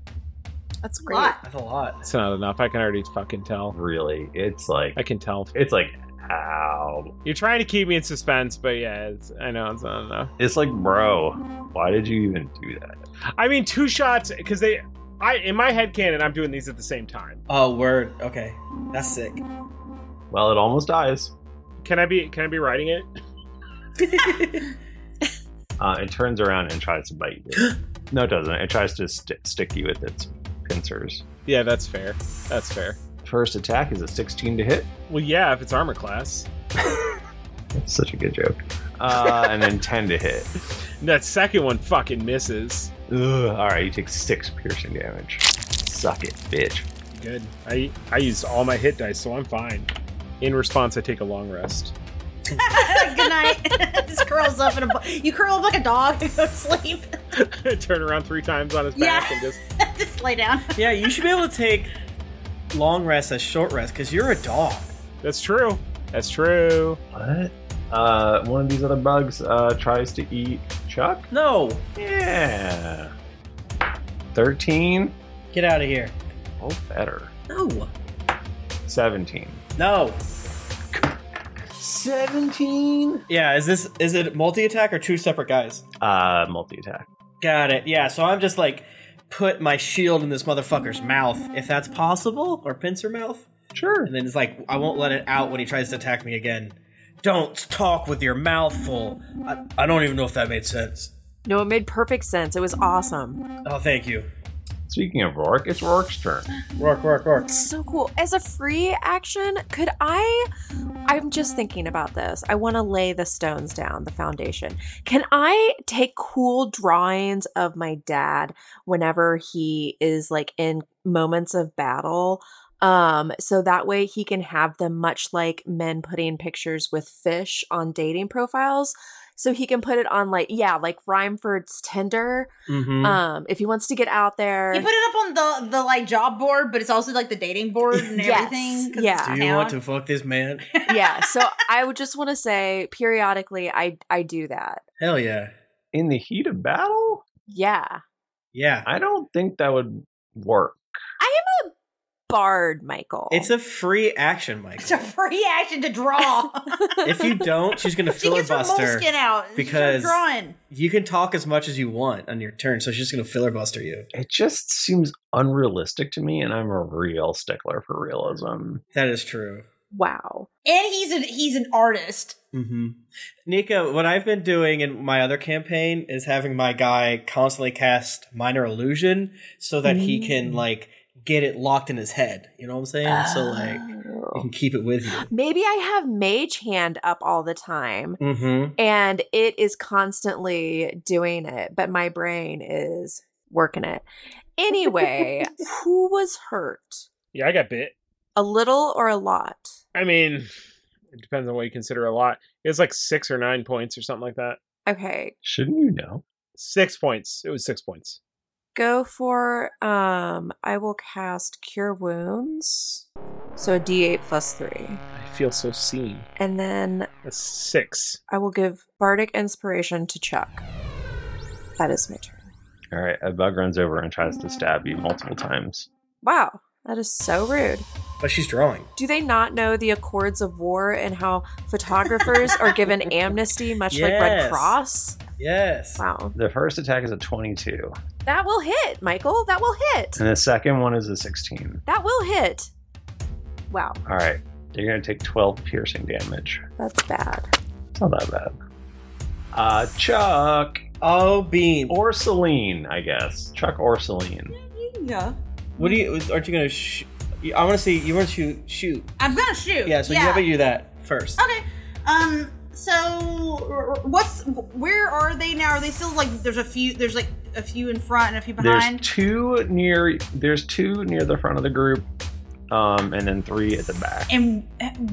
Speaker 9: That's great.
Speaker 3: That's a lot.
Speaker 6: it's not enough. I can already fucking tell.
Speaker 2: Really, it's like
Speaker 6: I can tell.
Speaker 2: It's like ow.
Speaker 6: You're trying to keep me in suspense, but yeah, it's, I know it's not enough.
Speaker 2: It's like, bro, why did you even do that?
Speaker 6: I mean, two shots because they. I in my head canon, I'm doing these at the same time.
Speaker 3: Oh, word. Okay, that's sick.
Speaker 2: Well, it almost dies.
Speaker 6: Can I be? Can I be writing it?
Speaker 2: Uh, it turns around and tries to bite
Speaker 3: [GASPS]
Speaker 2: you. no, it doesn't. It tries to st- stick you with its pincers.
Speaker 6: Yeah, that's fair. That's fair.
Speaker 2: First attack is a sixteen to hit.
Speaker 6: Well, yeah, if it's armor class.
Speaker 2: That's such a good joke.
Speaker 6: [LAUGHS]
Speaker 2: Uh, and then ten
Speaker 3: [LAUGHS]
Speaker 2: to hit.
Speaker 6: That second one fucking misses.
Speaker 2: Ugh, all right, you take six piercing damage. Suck it, bitch.
Speaker 6: Good. I I used all my hit dice, so I'm fine. In response, I take a long rest. [LAUGHS]
Speaker 4: Good night. [LAUGHS] Just curls up in a bu- you curl up like a dog [LAUGHS] to go to sleep.
Speaker 6: Turn around three times on his back and just
Speaker 4: Just lay down.
Speaker 3: Yeah, you should be able to take long rest as short rest because you're a dog.
Speaker 6: That's true. That's true.
Speaker 2: What? Uh, one of these other bugs uh, tries to eat Chuck.
Speaker 3: No.
Speaker 2: Yeah. Thirteen.
Speaker 3: Get out of here.
Speaker 2: Oh, better.
Speaker 3: No.
Speaker 2: Seventeen.
Speaker 3: No.
Speaker 2: Seventeen.
Speaker 3: Yeah, is this is it multi attack or two separate guys?
Speaker 2: Uh, multi attack.
Speaker 3: Got it. Yeah, so I'm just like put my shield in this motherfucker's mouth if that's possible, or pincer mouth.
Speaker 2: Sure.
Speaker 3: And then it's like I won't let it out when he tries to attack me again. Don't talk with your mouth full. I, I don't even know if that made sense.
Speaker 9: No, it made perfect sense. It was awesome.
Speaker 3: Oh, thank you.
Speaker 2: Speaking of Rourke, it's Rourke's turn.
Speaker 3: Rourke, Rourke, Rourke.
Speaker 9: So cool. As a free action, could I? I'm just thinking about this. I want to lay the stones down, the foundation. Can I take cool drawings of my dad whenever he is like in moments of battle? Um, so that way he can have them much like men putting pictures with fish on dating profiles. So he can put it on like, yeah, like Rhymeford's Tinder.
Speaker 4: Mhm.
Speaker 9: Um, if he wants to get out there.
Speaker 4: You put it up on the the like job board, but it's also like the dating board
Speaker 9: [LAUGHS]
Speaker 4: and
Speaker 9: Yes.
Speaker 4: everything. 'cause
Speaker 9: Yeah.
Speaker 4: it's
Speaker 3: Do you
Speaker 4: town.
Speaker 3: want
Speaker 4: [LAUGHS]
Speaker 3: to fuck this man?
Speaker 9: yeah so i would just want to say periodically i i do that
Speaker 3: Hell yeah.
Speaker 2: In the heat of battle?
Speaker 9: yeah
Speaker 3: Yeah.
Speaker 2: I don't think that would work.
Speaker 9: i am a bard michael
Speaker 3: It's a free action, Mike.
Speaker 4: It's a free action to draw. [LAUGHS]
Speaker 3: if you don't, she's gonna
Speaker 4: she gets her
Speaker 3: filibuster
Speaker 4: moleskin out and
Speaker 3: because
Speaker 4: she's drawing.
Speaker 3: you can talk as much as you want on your turn, so she's just gonna filibuster you.
Speaker 2: It just seems unrealistic to me, and I'm a real stickler for realism.
Speaker 3: That is true.
Speaker 9: Wow.
Speaker 4: And he's an he's an artist.
Speaker 3: Mm-hmm. Nika, what I've been doing in my other campaign is having my guy constantly cast minor illusion so that he can
Speaker 4: Mm.
Speaker 3: like get it locked in his head. You know what I'm saying? So like you
Speaker 4: Oh.
Speaker 3: can keep it with you.
Speaker 9: maybe i have mage hand up all the time
Speaker 3: Mm-hmm.
Speaker 9: and it is constantly doing it but my brain is working it anyway
Speaker 4: [LAUGHS]
Speaker 9: who was hurt
Speaker 6: Yeah, I got bit.
Speaker 9: a little or a lot
Speaker 6: I mean, it depends on what you consider a lot. It was like six or nine points or something like that.
Speaker 9: okay
Speaker 2: Shouldn't you know?
Speaker 6: Six points. It was six points.
Speaker 9: go for um i will cast cure wounds so a d8 plus 3
Speaker 6: I feel so seen.
Speaker 9: and then
Speaker 6: A six.
Speaker 9: I will give bardic inspiration to Chuck. That is my turn.
Speaker 2: All right, a bug runs over and tries to stab you multiple times.
Speaker 9: Wow, that is so rude.
Speaker 3: But she's drawing.
Speaker 9: Do they not know the accords of war and how photographers are
Speaker 6: [LAUGHS]
Speaker 9: given amnesty, much like Red
Speaker 2: Yes.
Speaker 9: Cross?
Speaker 3: Yes.
Speaker 9: Wow.
Speaker 2: The first attack is a 22,
Speaker 9: That will hit, Michael. That will hit.
Speaker 2: and the second one is a 16.
Speaker 9: That will hit. Wow,
Speaker 2: All right, you're going to take 12 piercing damage.
Speaker 9: that's bad.
Speaker 2: It's not that bad. Uh, Chuck.
Speaker 3: Oh, Bean.
Speaker 2: Or Celine, I guess. Chuck or Celine.
Speaker 4: Yeah.
Speaker 3: What do you? Aren't you gonna? Sh- I want to see. You uh, want to shoot? Shoot.
Speaker 4: I'm gonna shoot.
Speaker 3: Yeah. So you have to do that first.
Speaker 4: Okay. Um. So r- r- what's where are they now? Are they still like there's a few there's like a few in front and a few behind?
Speaker 2: There's two near. There's two near the front of the group, um, and then three at the back.
Speaker 4: and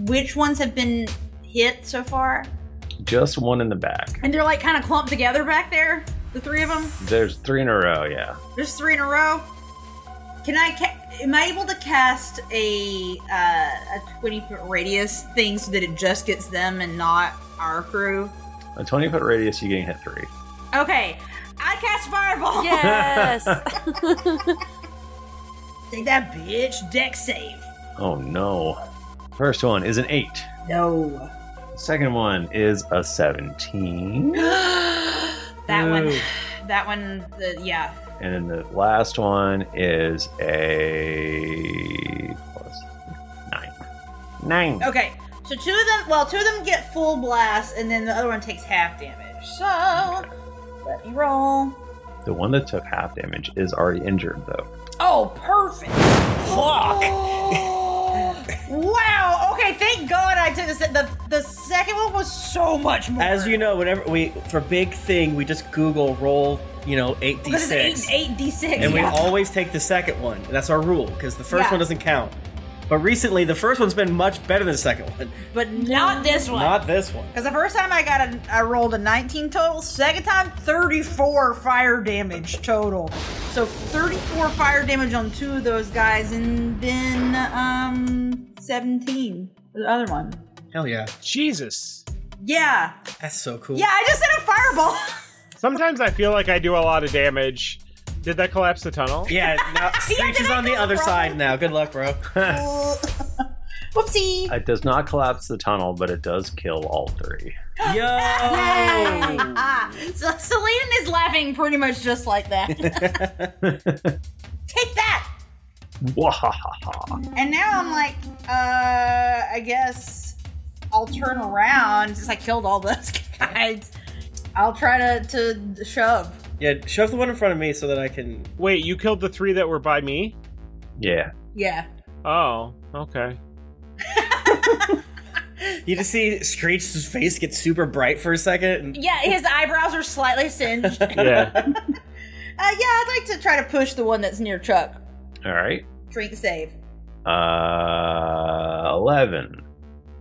Speaker 4: which ones have been hit so far?
Speaker 2: Just one in the back.
Speaker 4: And they're like kind of clumped together back there. The three of them.
Speaker 2: There's three in a row. Yeah.
Speaker 4: There's three in a row. Can I? Ca- am I able to cast a uh, a twenty foot radius thing so that it just gets them and not our crew?
Speaker 2: A 20 foot radius, you getting hit three.
Speaker 4: Okay, I cast fireball.
Speaker 2: Yes.
Speaker 4: [LAUGHS] Take that, bitch. Deck save.
Speaker 2: Oh no. First one is an eight.
Speaker 4: No.
Speaker 2: Second one is a 17.
Speaker 4: That one. That one. The, yeah.
Speaker 2: And then the last one is a plus nine.
Speaker 3: Hmm.
Speaker 2: Nine.
Speaker 4: Okay. So two of them. Well, two of them get full blast, and then the other one takes half damage. So let me roll.
Speaker 2: The one that took half damage is already injured, though.
Speaker 4: Oh, perfect. Fuck. [LAUGHS] wow. Okay. Thank God I took this. The the second one was so much more.
Speaker 3: As you know, whenever we for big thing, we just Google roll. You know, eight d
Speaker 4: Because
Speaker 3: six.
Speaker 4: it's eight, eight d six.
Speaker 3: And we always take the second one. That's our rule because the first
Speaker 4: Yeah.
Speaker 3: one doesn't count. But recently, the first one's been much better than the second one.
Speaker 4: but not this one.
Speaker 3: Not this one.
Speaker 4: Because the first time I got a, I rolled a 19 total. Second time, 34 fire damage total. So 34 fire damage on two of those guys, and then um 17 for the other one.
Speaker 3: Hell yeah.
Speaker 6: Jesus.
Speaker 4: Yeah,
Speaker 3: That's so cool.
Speaker 4: yeah. I just said a fireball.
Speaker 6: Sometimes I feel like I do a lot of damage. Did that
Speaker 4: [LAUGHS]
Speaker 6: collapse the tunnel?
Speaker 3: Yeah, now Screech is on the other side now. Good luck, bro.
Speaker 4: Whoopsie. [LAUGHS]
Speaker 2: It does not collapse the tunnel, but it does kill all three.
Speaker 4: Yay! Ah, so Celine is laughing pretty much just like that. Take that!
Speaker 2: Wahahaha.
Speaker 4: And now I'm like, uh, I guess I'll turn around since I killed all those [LAUGHS] guys. I'll try to, to shove.
Speaker 3: [LAUGHS] Yeah, shove the one in front of me so that I can.
Speaker 6: Wait, you killed the three that were by me?
Speaker 2: Yeah.
Speaker 4: Yeah.
Speaker 6: Oh, okay.
Speaker 3: You just see Screech's face get super bright for a second.
Speaker 4: Yeah, his eyebrows are slightly singed. [LAUGHS] uh,
Speaker 3: And... Yeah.
Speaker 4: yeah, I'd like to try to push the one that's near Chuck.
Speaker 2: All right.
Speaker 4: Drink save.
Speaker 2: Uh, 11.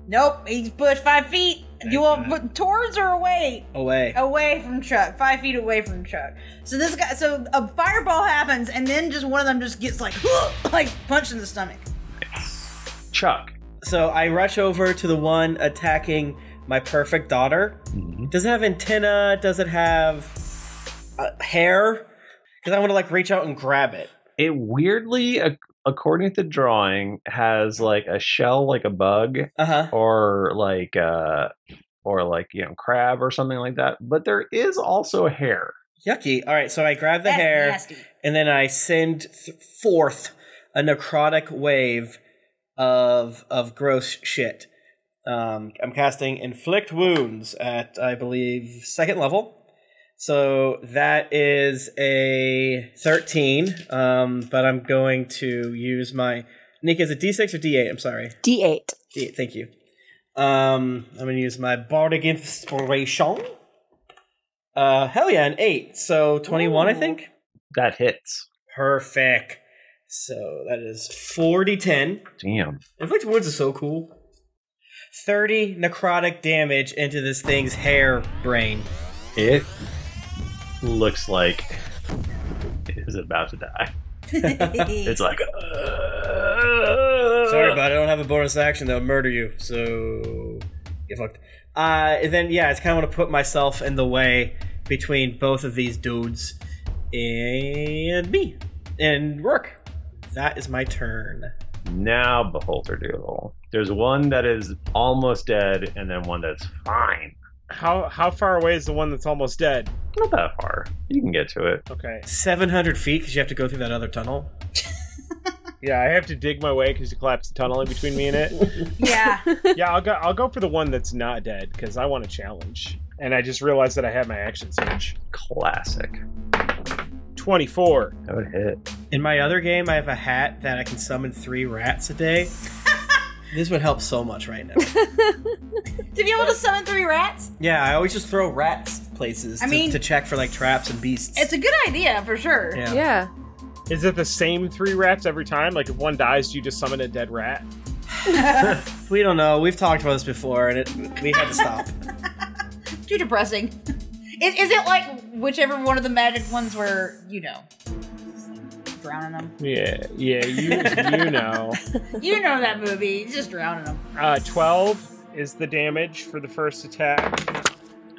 Speaker 4: Nope, he's pushed five feet. You want but towards or away?
Speaker 3: Away.
Speaker 4: Away from Chuck. Five feet away from Chuck. So this guy, so a fireball happens, and then just one of them just gets like, [GASPS] like punched in the stomach.
Speaker 2: Chuck.
Speaker 3: So I rush over to the one attacking my perfect daughter. Does it have antenna? Does it have uh, hair? Because I want to like reach out and grab it.
Speaker 2: It weirdly, ac- according to drawing, has like a shell like a bug or like uh or like, you know, crab or something like that, but there is also hair.
Speaker 3: Yucky. All right, so I grab the hair and then I send th- forth a necrotic wave of of gross shit. Um, I'm casting inflict wounds at I believe second level. So that is a 13, um, but I'm going to use my Nika, is it D6 or D8? I'm sorry.
Speaker 9: D8.
Speaker 3: D8, thank you. Um, I'm going to use my Bardic Inspiration. Uh, hell yeah, an eight. So 21, I think.
Speaker 2: That hits.
Speaker 3: Perfect. So that is 40 10.
Speaker 2: Damn.
Speaker 3: Inflict Wounds is so cool. 30 necrotic damage into this thing's hair brain.
Speaker 2: It looks like it is about to die. it's like
Speaker 3: [LAUGHS] Sorry, bud. I don't have a bonus action that'll murder you, so get fucked. Uh, and then yeah, I just kind of want to put myself in the way between both of these dudes and me and Rourke. That is my turn.
Speaker 2: now beholder doodle. There's one that is almost dead, and then one that's fine.
Speaker 6: How how far away is the one that's almost dead?
Speaker 2: Not that far. You can get to it.
Speaker 6: Okay.
Speaker 3: Seven hundred feet because you have to go through that other tunnel.
Speaker 6: Yeah, I have to dig my way because you collapsed the tunnel in between me and it.
Speaker 4: yeah.
Speaker 6: [LAUGHS] Yeah, I'll go. I'll go for the one that's not dead because I want a challenge, and I just realized that I have my action surge.
Speaker 2: Classic.
Speaker 6: Twenty-four.
Speaker 2: That would hit.
Speaker 3: In my other game, I have a hat that I can summon three rats a
Speaker 2: [LAUGHS]
Speaker 3: day. this would help so much right now.
Speaker 4: To be able to summon three rats,
Speaker 3: Yeah, I always just throw rats places
Speaker 4: I
Speaker 3: to,
Speaker 4: mean-
Speaker 3: to check for like traps and beasts.
Speaker 4: it's a good idea for sure.
Speaker 3: Yeah.
Speaker 6: Is it the same three rats every time? Like if one dies, do you just summon a dead rat?
Speaker 3: [LAUGHS] We don't know. We've talked about this before, and it, we had to
Speaker 4: [LAUGHS]
Speaker 3: stop.
Speaker 4: Too depressing. [LAUGHS] Is, is it like whichever one of the magic ones where you know,
Speaker 9: [LAUGHS]
Speaker 4: drowning them?
Speaker 6: Yeah, yeah, you you know.
Speaker 4: You know that movie, just drowning them.
Speaker 6: Uh, Twelve is the damage for the first attack.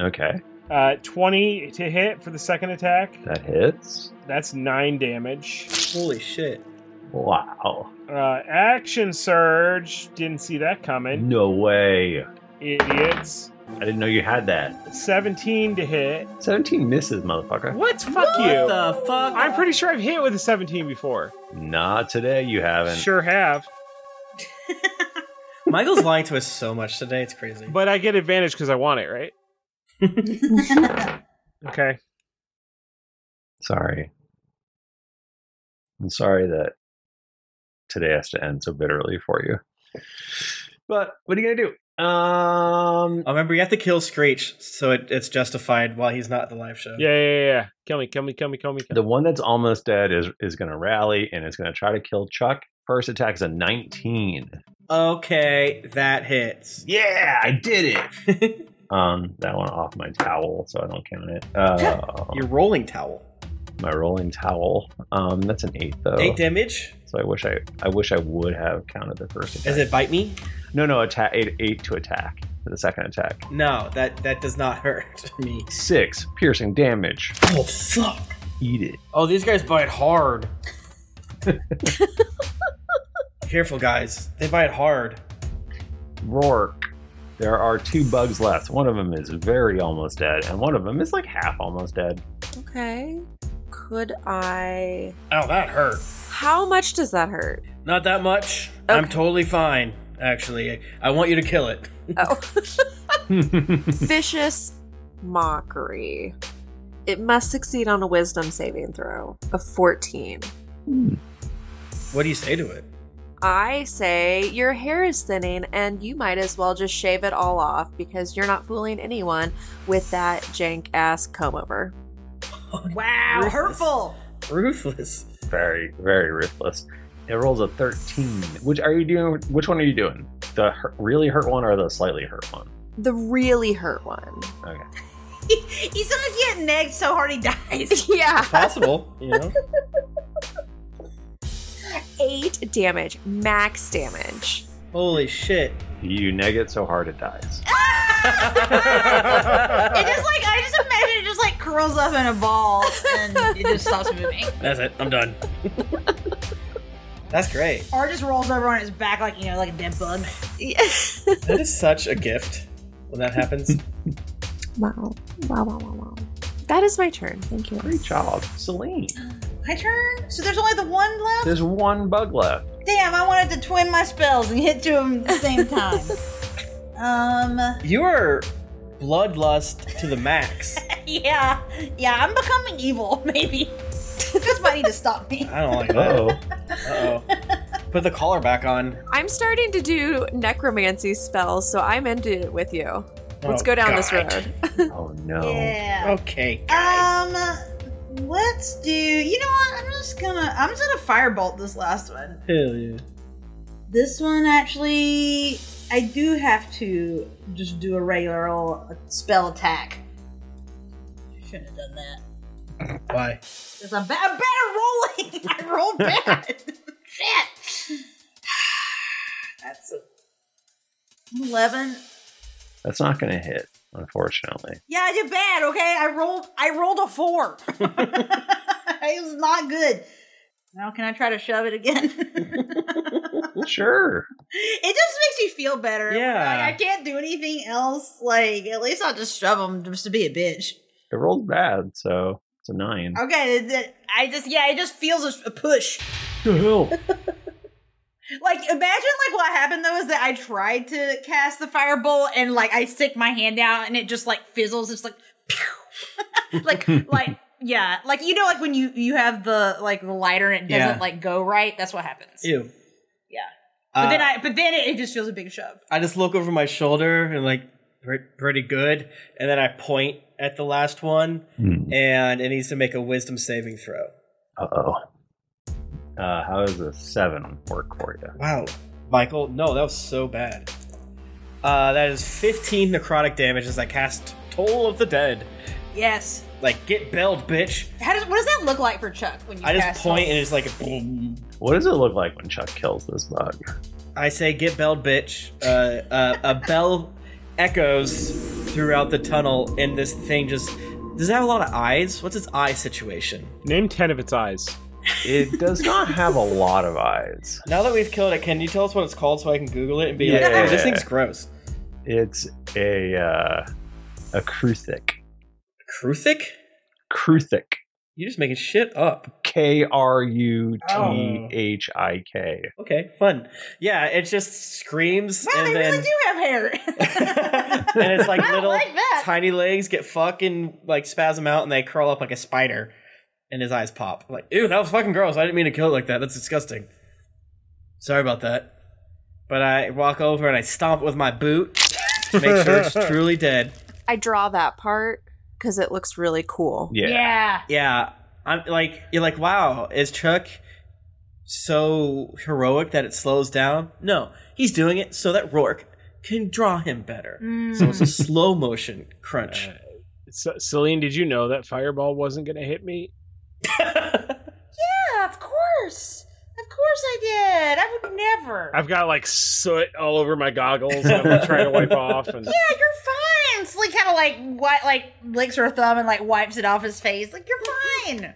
Speaker 2: Okay,
Speaker 6: Uh, Twenty to hit for the second attack.
Speaker 2: that hits.
Speaker 6: That's nine damage.
Speaker 3: Holy shit!
Speaker 2: Wow.
Speaker 6: Uh, action surge. Didn't see that coming.
Speaker 2: No way.
Speaker 6: Idiots.
Speaker 2: I didn't know you had that.
Speaker 6: 17 to hit.
Speaker 2: 17 misses, motherfucker.
Speaker 6: What? Fuck you.
Speaker 2: What
Speaker 3: the fuck?
Speaker 6: I'm pretty sure I've hit with a 17 before.
Speaker 2: Not today, you haven't.
Speaker 6: Sure have.
Speaker 3: Michael's lying to us so much today; it's crazy.
Speaker 6: But I get advantage because I want it, right? okay.
Speaker 2: Sorry. I'm sorry that today has to end so bitterly for you. But what are you gonna do? Um,
Speaker 3: I Oh, remember you have to kill Screech, so it, it's justified while he's not at the live show.
Speaker 6: Yeah, yeah, yeah, yeah. Kill me, kill me, kill me, kill me. Kill me.
Speaker 2: The one that's almost dead is is gonna rally and it's gonna try to kill Chuck. First attack is a 19.
Speaker 3: Okay, that hits.
Speaker 2: Yeah, I did it. Um, that one off my towel, so I don't count it. Uh,
Speaker 3: Your rolling towel.
Speaker 2: my rolling towel. Um, that's an eight
Speaker 3: [LAUGHS]
Speaker 2: though.
Speaker 3: Eight damage.
Speaker 2: So I wish I I wish I would have counted the first attack.
Speaker 3: Does it bite me?
Speaker 2: No, no, attack eight, eight to attack for the second attack.
Speaker 3: No, that that does not hurt
Speaker 2: [LAUGHS]
Speaker 3: me.
Speaker 2: Six piercing damage.
Speaker 3: Oh fuck!
Speaker 2: Eat it.
Speaker 3: Oh, these guys bite hard. Careful, guys. They bite hard.
Speaker 2: Rourke, there are two bugs left. One of them is very almost dead, and one of them is like half almost dead.
Speaker 9: Okay. Could I?
Speaker 3: Oh, that hurt.
Speaker 9: How much does that hurt?
Speaker 3: Not that much. I'm totally fine, actually. I want you to kill it.
Speaker 9: Oh. Vicious mockery. It must succeed on a wisdom saving throw of 14.
Speaker 3: What do you say to it?
Speaker 9: I say your hair is thinning and you might as well just shave it all off because you're not fooling anyone with that jank ass comb over.
Speaker 4: Wow, hurtful. [LAUGHS]
Speaker 3: Ruthless.
Speaker 2: Very, very ruthless. It rolls a 13. Which are you doing? Which one are you doing? The hurt, really hurt one or the slightly hurt one?
Speaker 9: The really hurt one.
Speaker 2: Okay.
Speaker 4: He's gonna get negged so hard he
Speaker 9: [LAUGHS]
Speaker 4: dies.
Speaker 9: Yeah.
Speaker 2: Possible, you know?
Speaker 9: Eight damage, max damage.
Speaker 3: Holy shit.
Speaker 2: You neg it so hard it dies.
Speaker 4: It just like I just imagine it just like curls up in a ball and it just stops moving.
Speaker 3: That's it. I'm done. That's great.
Speaker 4: Or just rolls over on its back like you know, like a dead bug.
Speaker 3: That is such a gift when that happens.
Speaker 9: [LAUGHS] Wow. Wow, wow, wow, wow. That is my turn. Thank you.
Speaker 2: Great job, Celine.
Speaker 4: My turn. So there's only the one left.
Speaker 2: There's one bug left.
Speaker 4: Damn, I wanted to twin my spells and hit two of them at the [LAUGHS] same time. um,
Speaker 3: You are bloodlust to the max.
Speaker 4: yeah, yeah, I'm becoming evil. [LAUGHS] Maybe this might need to [LAUGHS] stop me.
Speaker 3: I don't like that. Uh oh. Put the collar back on.
Speaker 9: I'm starting to do necromancy spells, so I'm into it with you. Let's
Speaker 3: Oh,
Speaker 9: go down this
Speaker 3: God.
Speaker 9: road.
Speaker 2: oh no.
Speaker 4: Yeah.
Speaker 3: Okay.
Speaker 4: Um, let's do. You know what? I'm just gonna. I'm just gonna firebolt this last one.
Speaker 3: Hell yeah.
Speaker 4: This one actually, I do have to just do a regular old spell attack. Shouldn't have done that.
Speaker 3: Why?
Speaker 4: Because I'm, ba- I'm bad at rolling. [LAUGHS] I roll bad. Shit. [SIGHS] That's a- eleven.
Speaker 2: That's not going to hit, unfortunately.
Speaker 4: Yeah, I did bad. Okay, I rolled. I rolled a four. [LAUGHS] it was not good. Now can I try to shove it again? [LAUGHS]
Speaker 2: sure.
Speaker 4: It just makes me feel better.
Speaker 2: Yeah.
Speaker 4: Like, I can't do anything else. Like, at least I'll just shove them just to be a bitch.
Speaker 2: It rolled bad, so it's a nine.
Speaker 4: Okay, th- th- I just, yeah, it just feels a, s- a push.
Speaker 2: The hell?
Speaker 4: Like, imagine, like, what happened, though, is that I tried to cast the firebolt and, like, I stick my hand out and it just, like, fizzles. It's like, like, like, yeah. Like, you know, like, when you, you have the, like, the lighter and it doesn't,
Speaker 3: Yeah.
Speaker 4: like, go right? That's what
Speaker 3: [LAUGHS]
Speaker 4: happens.
Speaker 3: Ew.
Speaker 4: Yeah. But then
Speaker 3: Uh,
Speaker 4: I, but then it, it just feels a big shove.
Speaker 3: I just look over my shoulder and like pre- pretty good, and then I point at the last one, and it needs to make a wisdom saving throw.
Speaker 2: Uh oh. Uh, how does a seven work for you?
Speaker 3: Wow, Michael, no, that was so bad. Uh, that is 15 necrotic damage as I cast Toll of the Dead.
Speaker 4: Yes.
Speaker 3: Like, get belled, bitch.
Speaker 4: How does, what does that look like for Chuck when you
Speaker 3: I just
Speaker 4: cast
Speaker 3: point and it's like a boom.
Speaker 2: What does it look like when Chuck kills this bug?
Speaker 3: I say, get belled, bitch. Uh, uh, a bell echoes throughout the tunnel, and this thing just. Does it have a lot of eyes? What's its eye situation?
Speaker 6: Name 10 of its eyes.
Speaker 2: It does not have a lot of eyes.
Speaker 3: Now that we've killed it, can you tell us what it's called so I can Google it and be like,
Speaker 2: Yeah.
Speaker 3: oh, this thing's gross?
Speaker 2: It's a uh, a cruthic.
Speaker 3: Kruthic?
Speaker 2: Cruthic.
Speaker 3: You're just making shit up.
Speaker 2: K R U T H I K.
Speaker 3: Oh. Okay, fun. Yeah, it just screams
Speaker 4: Wow,
Speaker 3: and
Speaker 4: they
Speaker 3: then
Speaker 4: really do have hair.
Speaker 3: and it's like
Speaker 4: [LAUGHS] I
Speaker 3: little
Speaker 4: like that.
Speaker 3: tiny legs get fucking like spasm out and they curl up like a spider and his eyes pop. I'm like, ew, that was fucking gross. I didn't mean to kill it like that. That's disgusting. Sorry about that. But I walk over and I stomp it with my boot to make sure
Speaker 2: [LAUGHS]
Speaker 3: it's truly dead.
Speaker 9: I draw that part because it looks really cool.
Speaker 3: Yeah. Yeah. I'm like you're like, wow, is Chuck so heroic that it slows down? No. He's doing it so that Rourke can draw him better.
Speaker 4: Mm.
Speaker 3: So it's a slow motion crunch.
Speaker 6: C- Uh, Celine, did you know that fireball wasn't going to hit me?
Speaker 4: Yeah, of course. Of course I did. I would never.
Speaker 6: I've got like soot all over my goggles that I'm trying
Speaker 3: [LAUGHS]
Speaker 6: to wipe off. And
Speaker 4: yeah, you're fine. Slee kind of like wi- like licks her thumb and like wipes it off his face. Like you're fine.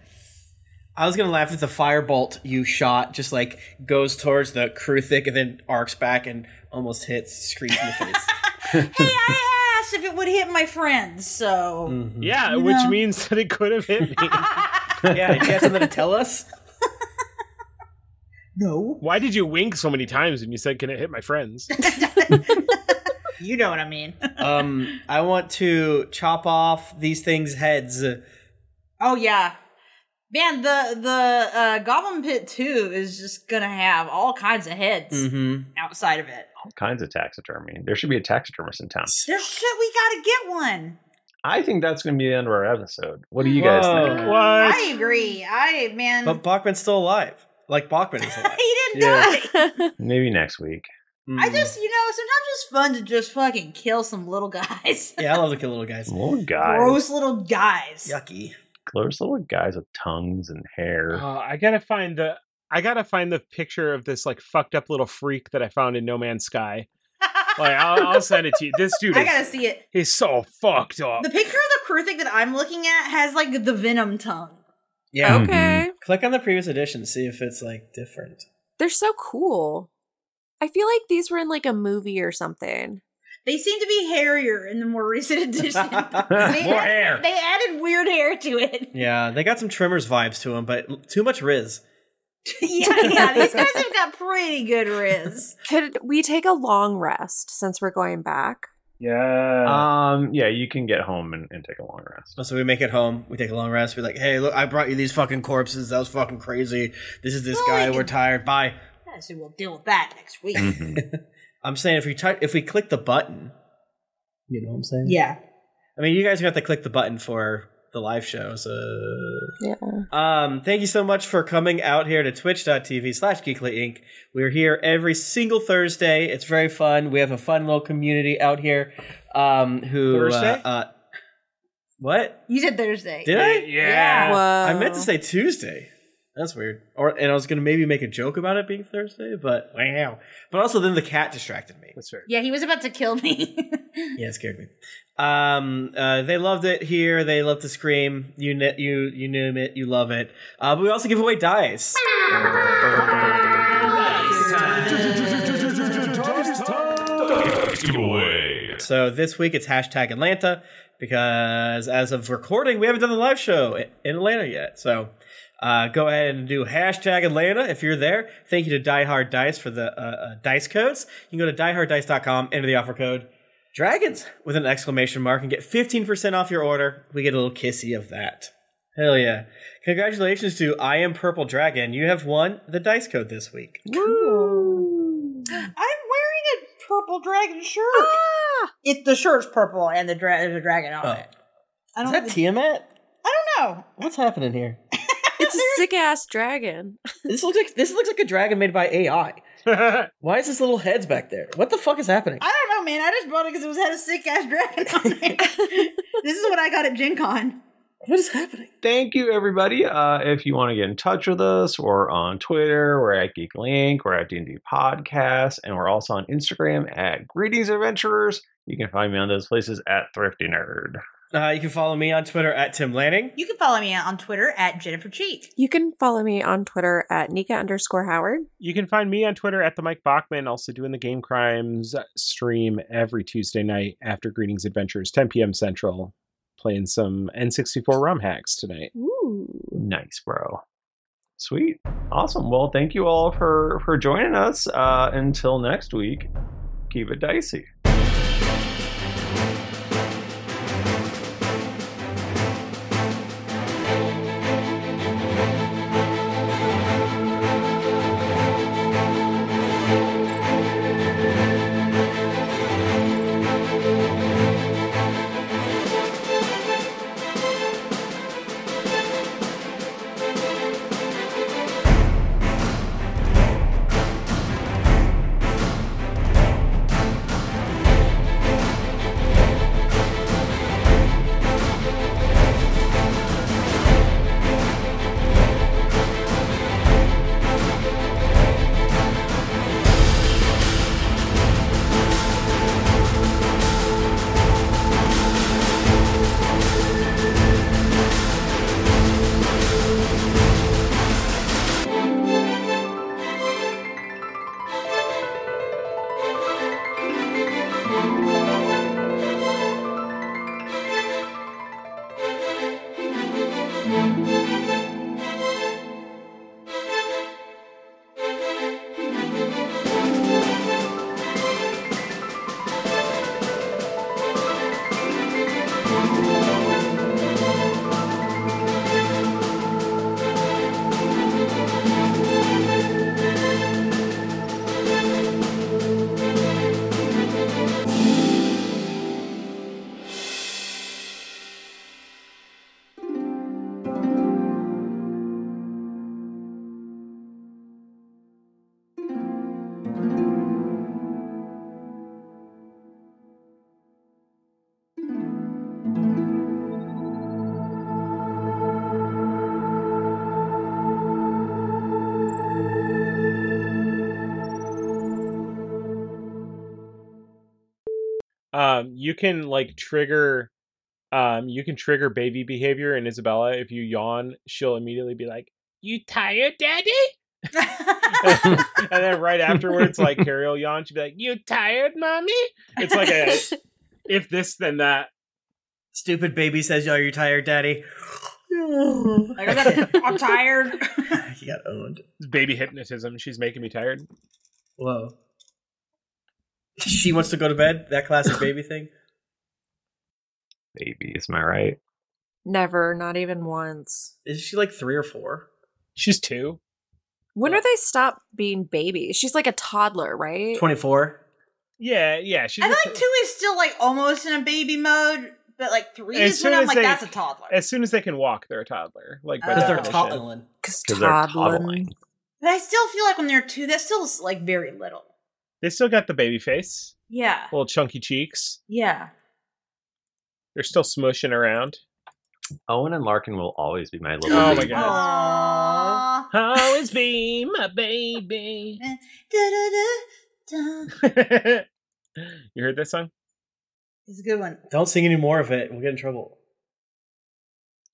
Speaker 3: I was gonna laugh at the firebolt you shot, just like goes towards the crew thick and then arcs back and almost hits Screech in the face.
Speaker 4: I asked if it would hit my friends, so.
Speaker 6: Yeah,
Speaker 4: You
Speaker 6: which
Speaker 4: know. [LAUGHS]
Speaker 6: means that it could have hit me.
Speaker 3: yeah, you got something to tell
Speaker 2: [LAUGHS]
Speaker 3: us?
Speaker 4: No.
Speaker 6: Why did you wink so many times when you said, "Can it hit my friends?"
Speaker 4: You know [LAUGHS] what I mean.
Speaker 3: [LAUGHS] um, I want to chop off these things' heads.
Speaker 4: Oh yeah, man. The the uh, Goblin Pit Two is just gonna have all kinds of heads
Speaker 6: Mm-hmm.
Speaker 2: Mhm.
Speaker 4: outside of it.
Speaker 2: All kinds of taxidermy. There should be a taxidermist in town.
Speaker 4: There's shit. We gotta get one.
Speaker 2: I think that's going to be the end of our episode. What do you guys
Speaker 3: Whoa.
Speaker 2: think?
Speaker 4: I agree. I man, [LAUGHS]
Speaker 3: But Bachman's still alive. Like Bachman is alive.
Speaker 4: he didn't
Speaker 2: Yeah.
Speaker 4: die.
Speaker 2: Maybe next week.
Speaker 3: Hmm.
Speaker 4: I just you know sometimes it's fun to just fucking kill some little guys, [LAUGHS]
Speaker 3: yeah, I love looking at little guys.
Speaker 2: Little guys.
Speaker 4: gross little guys.
Speaker 3: Yucky.
Speaker 2: Gross little guys with tongues and hair.
Speaker 6: Uh, I gotta find the I gotta find the picture of this like fucked up little freak that I found in No Man's Sky. Like I'll, I'll send it to you. This dude
Speaker 4: I
Speaker 6: is
Speaker 4: gotta see it.
Speaker 6: he's so fucked up.
Speaker 4: The picture of the crew thing that I'm looking at has like the venom tongue.
Speaker 3: [LAUGHS] Yeah.
Speaker 9: Okay.
Speaker 3: Click on the previous edition to see if it's like different.
Speaker 9: They're so cool. I feel like these were in like a movie or something.
Speaker 4: They seem to be hairier in the more
Speaker 9: [LAUGHS]
Speaker 4: recent edition. they
Speaker 3: More
Speaker 4: added,
Speaker 3: hair.
Speaker 4: They added weird hair to it.
Speaker 3: Yeah, they got some Tremors vibes to them, but too much Riz.
Speaker 4: yeah, [LAUGHS] yeah. These guys have got pretty good riz.
Speaker 9: Could we take a long rest since we're going back?
Speaker 3: Oh.
Speaker 2: Yeah. Um. Yeah, you can get home and, and take a long rest.
Speaker 3: So we make it home. We take a long rest. We're like, hey, look, I brought you these fucking corpses. That was fucking crazy. This is this
Speaker 4: Well,
Speaker 3: guy.
Speaker 4: we
Speaker 3: We're
Speaker 4: can-
Speaker 3: tired. Bye.
Speaker 4: Yeah, so we'll deal with that next week.
Speaker 9: Mm-hmm.
Speaker 3: I'm saying if we type, if we click the button, you know what I'm saying?
Speaker 4: Yeah.
Speaker 3: I mean, you guys got to click the button for the live shows. Uh,
Speaker 9: Yeah.
Speaker 3: Um, thank you so much for coming out here to twitch.tv slash geekly inc. We're here every single Thursday. It's very fun. We have a fun little community out here. Um, who uh,
Speaker 4: Thursday?
Speaker 3: Uh, what
Speaker 4: [LAUGHS] You said Thursday.
Speaker 3: did I?
Speaker 4: Yeah.
Speaker 3: I meant to say Tuesday. That's weird. Or and I was gonna maybe make a joke about it being Thursday, but wow. But also then the cat distracted me. That's fair.
Speaker 4: Yeah, he was about to kill me.
Speaker 3: [LAUGHS] Yeah, it scared me. Um, uh, they loved it here. They love to scream. You kn- you you name it. You love it. Uh, but we also give away dice. So this week it's hashtag Atlanta because as of recording, we haven't done the live show i- in Atlanta yet. So uh, go ahead and do hashtag Atlanta if you're there. Thank you to Die Hard Dice for the uh, uh, dice codes. You can go to dieharddice.com, enter the offer code Dragons with an exclamation mark and get 15% off your order. We get a little kissy of that. Hell yeah. Congratulations to I Am Purple Dragon. You have won the dice code this week.
Speaker 4: [GASPS] I'm wearing a purple dragon shirt. Ah! It the shirt's purple and the dra- there's a dragon
Speaker 3: Oh.
Speaker 4: on it. I
Speaker 3: Is
Speaker 4: don't
Speaker 3: that
Speaker 4: think-
Speaker 3: Tiamat?
Speaker 4: I don't know.
Speaker 3: What's happening here?
Speaker 9: It's
Speaker 4: [LAUGHS]
Speaker 9: a sick ass dragon.
Speaker 3: [LAUGHS] This looks like this looks like a dragon made by [LAUGHS] AI. Why is this little heads back there? What the fuck is happening?
Speaker 4: I don't know, man. I just bought it because it was had a sick ass dragon on it. this is what I got at Gen Con.
Speaker 3: What is happening?
Speaker 2: Thank you, everybody. Uh, if you want to get in touch with us, we're on Twitter. We're at GeekLink. We're at D&D Podcast. And we're also on Instagram at Greetings Adventurers. You can find me on those places at Thrifty Nerd.
Speaker 3: Uh, you can follow me on Twitter at Tim Lanning.
Speaker 4: You can follow me on Twitter at Jennifer Cheat.
Speaker 9: You can follow me on Twitter at Nika underscore Howard.
Speaker 6: You can find me on Twitter at the Mike Bachman, also doing the Game Crimes stream every Tuesday night after Greetings Adventures, 10 p.m. Central, playing some N64 ROM hacks tonight.
Speaker 2: Nice, bro. Sweet. Awesome. Well, thank you all for, for joining us. Uh, until next week, keep it dicey.
Speaker 14: Thank
Speaker 6: um, you can like trigger um, you can trigger baby behavior in Isabella. If you yawn, she'll immediately be like, You tired, Daddy? and then right afterwards,
Speaker 4: [LAUGHS]
Speaker 6: like Carrie will yawn. She'd be like, You tired, Mommy? It's like a
Speaker 4: [LAUGHS]
Speaker 6: if this then that.
Speaker 3: Stupid baby says, "Yo, you tired, Daddy?"
Speaker 4: Like, I gotta- I'm tired.
Speaker 3: He got owned.
Speaker 6: It's baby hypnotism. She's making me tired.
Speaker 3: Whoa. She wants to go to bed. That classic [LAUGHS] baby thing.
Speaker 2: Babies, am I right?
Speaker 9: Never, not even once.
Speaker 3: Is she like three or four?
Speaker 6: She's two.
Speaker 9: When are they stop being babies? She's like a toddler, right?
Speaker 3: Twenty-four.
Speaker 6: Yeah, yeah. She's
Speaker 4: I feel like two is still like almost in a baby mode, but like three
Speaker 6: As
Speaker 4: is when
Speaker 6: soon
Speaker 4: I'm
Speaker 6: as
Speaker 4: like
Speaker 6: they-
Speaker 4: that's a toddler.
Speaker 6: as soon as they can walk, they're a toddler. Like by
Speaker 4: Oh. 'Cause they're
Speaker 6: definition.
Speaker 4: toddling.
Speaker 9: 'Cause
Speaker 2: 'Cause they're toddling. toddling.
Speaker 4: But I still feel like when they're two, that's still like very little.
Speaker 6: They still got the baby face,
Speaker 4: Yeah.
Speaker 6: little chunky cheeks.
Speaker 4: Yeah.
Speaker 6: They're still smushing around.
Speaker 2: Owen and Larkin will always be my little.
Speaker 6: Oh my
Speaker 2: babies.
Speaker 6: god.
Speaker 4: Aww.
Speaker 6: Always be my baby. [LAUGHS] You heard that song?
Speaker 4: It's a good one.
Speaker 3: Don't sing any more of it. We'll get in trouble.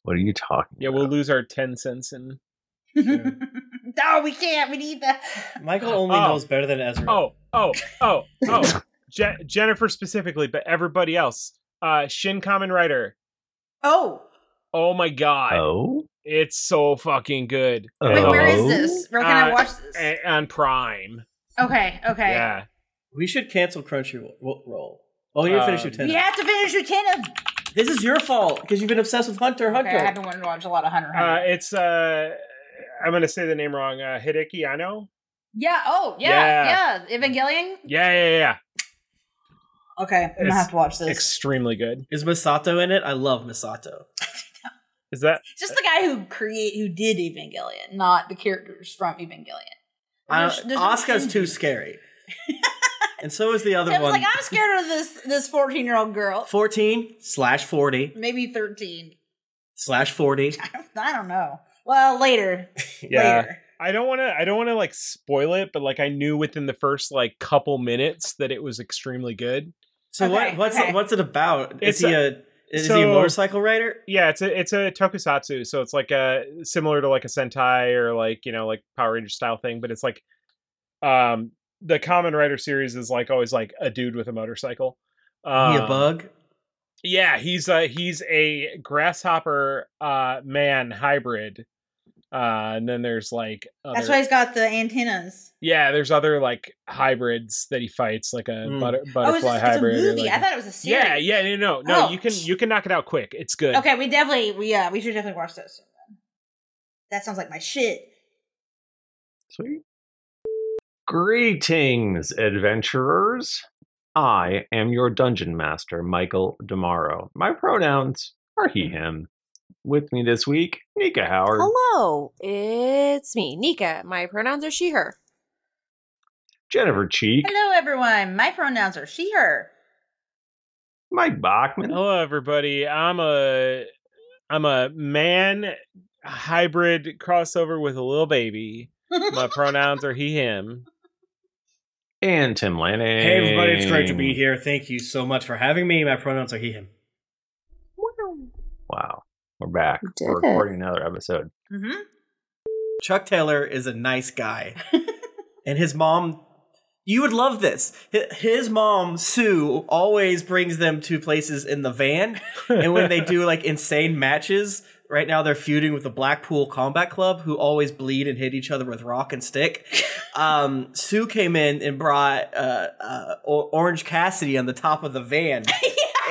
Speaker 2: What are you talking?
Speaker 6: Yeah, we'll lose our ten cents and
Speaker 4: No, we can't. We need that.
Speaker 3: Michael only
Speaker 6: Oh.
Speaker 3: knows better than Ezra.
Speaker 6: Oh, oh, oh,
Speaker 3: [LAUGHS]
Speaker 6: oh. Je- Jennifer specifically, but everybody else. Uh Shin Common Writer.
Speaker 4: Oh.
Speaker 6: Oh my god.
Speaker 2: Oh.
Speaker 6: It's so fucking good. Uh,
Speaker 4: Wait, where is this? Where can I watch this?
Speaker 6: a- on Prime.
Speaker 4: Okay. Okay.
Speaker 6: Yeah.
Speaker 3: We should cancel Crunchyroll. Oh, you finish your
Speaker 6: Um,
Speaker 3: ten.
Speaker 4: You have to finish Lieutenant.
Speaker 3: This is your fault because you've been obsessed with Hunter x
Speaker 4: Okay, I have
Speaker 3: Hunter.
Speaker 4: been wanting to watch a lot of Hunter x
Speaker 6: Uh
Speaker 4: Hunter.
Speaker 6: it's uh I'm gonna say the name wrong. Uh Hideki Anno.
Speaker 4: yeah. Oh, yeah, yeah. Evangelion.
Speaker 6: Yeah, yeah, yeah.
Speaker 4: Okay, I'm gonna
Speaker 6: It's
Speaker 4: have to watch this.
Speaker 6: Extremely good.
Speaker 3: Is Misato in it? I love [LAUGHS] Misato.
Speaker 6: Is that
Speaker 4: Just the guy who create who did Evangelion, not the characters from Evangelion.
Speaker 3: I,
Speaker 4: There's- there's no
Speaker 3: Asuka's too
Speaker 4: [LAUGHS]
Speaker 3: scary, and so is the other
Speaker 4: So I was
Speaker 3: one.
Speaker 4: like, "Ah." I'm scared of this this 14 year old girl,
Speaker 3: Fourteen slash forty
Speaker 4: maybe 13.
Speaker 3: slash
Speaker 4: [LAUGHS]
Speaker 3: forty.
Speaker 4: I don't know. Well, later.
Speaker 6: [LAUGHS] yeah i don't want to i don't want to like spoil it but like i knew within the first like couple minutes that it was extremely good
Speaker 3: So what? What's what's it about?
Speaker 6: It's
Speaker 3: is he
Speaker 6: a-
Speaker 3: a, is he a
Speaker 6: so-
Speaker 3: motorcycle rider?
Speaker 6: yeah it's a it's a tokusatsu so it's like a similar to like a sentai or like you know like power ranger style thing but it's like um the common rider series is like always like a dude with a motorcycle
Speaker 3: He a
Speaker 6: Um,
Speaker 3: bug?
Speaker 6: Yeah, he's a he's a grasshopper uh man hybrid. Uh and then there's like
Speaker 4: That's
Speaker 6: other-
Speaker 4: why he's got the antennas.
Speaker 6: Yeah, there's other like hybrids that he fights, like a butter-
Speaker 4: Oh, it's,
Speaker 6: butterfly
Speaker 4: just, it's a
Speaker 6: hybrid. or,
Speaker 4: movie.
Speaker 6: like-
Speaker 4: I thought it was a series.
Speaker 6: yeah, yeah, no, no, no.
Speaker 4: Oh.
Speaker 6: You can you can knock it out quick. It's good.
Speaker 4: Okay, we definitely, we, yeah, we should definitely watch this. That sounds like my shit.
Speaker 2: Sweet. Greetings, adventurers. I am your dungeon master, Michael Damaro. My pronouns are he,
Speaker 3: Mm-hmm.
Speaker 2: him. With me this week, Nika Howard.
Speaker 9: Hello, it's me, Nika. My pronouns are she, her.
Speaker 2: Jennifer Cheek,
Speaker 4: Hello, everyone. My pronouns are she, her.
Speaker 2: Mike Bachman.
Speaker 6: Hello, everybody. I'm a I'm a man hybrid crossover with a little baby. My pronouns are he him.
Speaker 2: and Tim Lanning.
Speaker 3: Hey everybody, it's great to be here. Thank you so much for having me. My pronouns are he him.
Speaker 2: Wow. We're back.
Speaker 3: did
Speaker 2: We're
Speaker 3: it.
Speaker 2: recording another episode.
Speaker 4: Mm-hmm.
Speaker 3: Chuck Taylor is a nice
Speaker 4: [LAUGHS]
Speaker 3: guy. and his mom, you would love this. Hi- His mom, Sue, always brings them to places in the van. and when they do like insane matches, Right now, they're feuding with the Blackpool Combat Club, who always bleed and hit each other with rock and
Speaker 4: [LAUGHS]
Speaker 3: stick. Um, Sue came in and brought uh, uh, o- Orange Cassidy on the top of the
Speaker 4: [LAUGHS]
Speaker 3: van,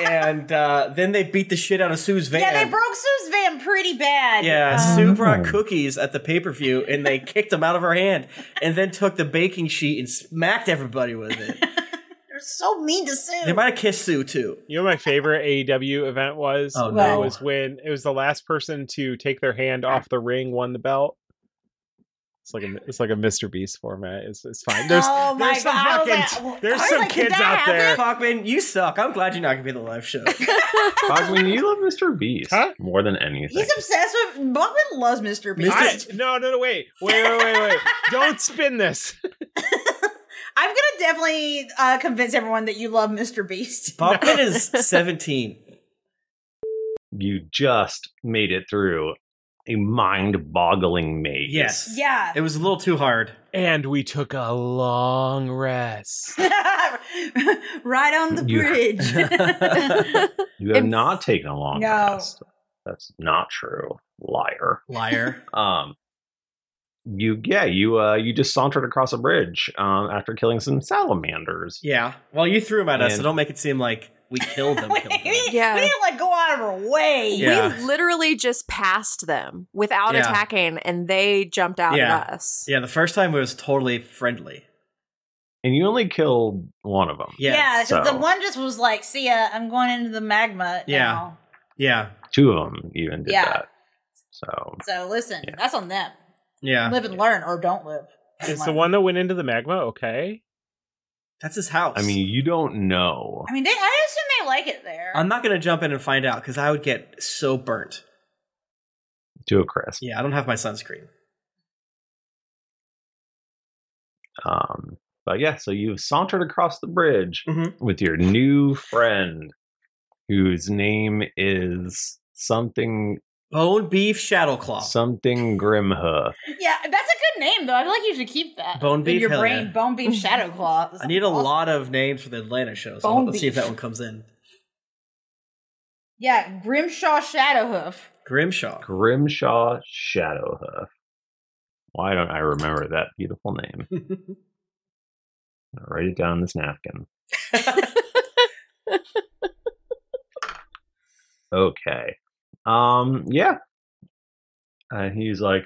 Speaker 3: and uh, then they beat the shit out of Sue's van.
Speaker 4: Yeah, they broke Sue's van pretty bad.
Speaker 3: Yeah,
Speaker 4: Um,
Speaker 2: Oh.
Speaker 3: Sue brought cookies at the pay per view, and they kicked them out of her hand, and then took the baking sheet and smacked everybody with it.
Speaker 4: They're so mean to Sue.
Speaker 3: They might have kissed Sue too.
Speaker 6: You know what my favorite AEW event was?
Speaker 3: Oh, no.
Speaker 6: It was when it was the last person to take their hand off the ring won the belt. It's like a it's like a
Speaker 3: [LAUGHS]
Speaker 6: Mr. Beast format. It's it's fine. There's
Speaker 4: Oh my
Speaker 6: there's some
Speaker 4: God, I was
Speaker 6: fucking
Speaker 4: like- I
Speaker 6: there's
Speaker 4: was
Speaker 6: some
Speaker 4: like, did
Speaker 6: kids
Speaker 4: that
Speaker 6: out there.
Speaker 3: Cockman, you suck. I'm glad you're not gonna be at the live
Speaker 4: [LAUGHS]
Speaker 3: show.
Speaker 2: Bogman, you love Mr. Beast more than anything.
Speaker 4: He's obsessed with Buckman loves Mr. Beast.
Speaker 6: I- no, no, no, wait, wait, wait, wait, wait! Don't spin this.
Speaker 4: I'm gonna definitely uh, convince everyone that you love Mr. Beast. [LAUGHS]
Speaker 3: Buckman is 17.
Speaker 2: [LAUGHS] You just made it through a
Speaker 3: [LAUGHS]
Speaker 2: mind-boggling maze.
Speaker 3: Yes.
Speaker 4: Yeah.
Speaker 3: It was a little too hard.
Speaker 6: And we took a long
Speaker 4: [LAUGHS]
Speaker 6: rest.
Speaker 4: right on the
Speaker 2: You-
Speaker 4: bridge.
Speaker 2: You have not taken a [LAUGHS] long
Speaker 4: [LAUGHS] no.
Speaker 2: That's not true. Liar.
Speaker 3: Liar.
Speaker 2: [LAUGHS] um you yeah, you uh you just sauntered across a bridge um after killing some salamanders.
Speaker 3: Yeah. Well, you threw them at us, so
Speaker 2: And-
Speaker 3: don't make it seem like we killed them. killed them.
Speaker 9: Yeah.
Speaker 4: [LAUGHS] [LAUGHS] We didn't like go out of our way.
Speaker 3: Yeah.
Speaker 9: We literally just passed them without
Speaker 3: Yeah.
Speaker 9: attacking, and they jumped out
Speaker 3: yeah.
Speaker 9: at us.
Speaker 3: Yeah, the first time it was totally friendly.
Speaker 2: And you only killed one of them.
Speaker 4: Yeah, 'cause
Speaker 2: So,
Speaker 4: the one just was like, "See ya, I'm going into the magma."
Speaker 2: Yeah.
Speaker 4: now."
Speaker 3: Yeah.
Speaker 2: two of them even did
Speaker 4: Yeah.
Speaker 2: that. So
Speaker 4: So listen, that's on them.
Speaker 6: Yeah.
Speaker 4: live and learn, or don't live.
Speaker 6: It's
Speaker 4: Don't
Speaker 6: the
Speaker 4: learn.
Speaker 6: one that went into the magma, okay?
Speaker 3: That's his house.
Speaker 2: I mean, you don't know.
Speaker 4: I mean, they, I assume they like it there.
Speaker 3: I'm not gonna jump in and find out because I would get so burnt.
Speaker 2: To a crisp.
Speaker 3: Yeah, I don't have my sunscreen.
Speaker 2: Um, but yeah, so you've sauntered across the bridge
Speaker 3: Mm-hmm.
Speaker 2: with your new friend, whose name is something
Speaker 3: Bone Beef Shadowclaw.
Speaker 2: Something Grimhoof.
Speaker 4: Yeah, that's a good name though. I feel like you should keep that.
Speaker 3: Bone
Speaker 4: in
Speaker 3: beef,
Speaker 4: your
Speaker 3: hell
Speaker 4: brain.
Speaker 3: yeah.
Speaker 4: Bone beef shadow claw.
Speaker 3: I need a lot of names for the Atlanta show, so
Speaker 4: Bone
Speaker 3: let's see if
Speaker 4: beef.
Speaker 3: that one comes in.
Speaker 4: [LAUGHS] Yeah, Grimshaw Shadowhoof.
Speaker 3: Grimshaw.
Speaker 2: Grimshaw Shadowhoof. Why don't I remember that beautiful name? I'll write it down on this napkin. okay. Um, yeah. And he's like,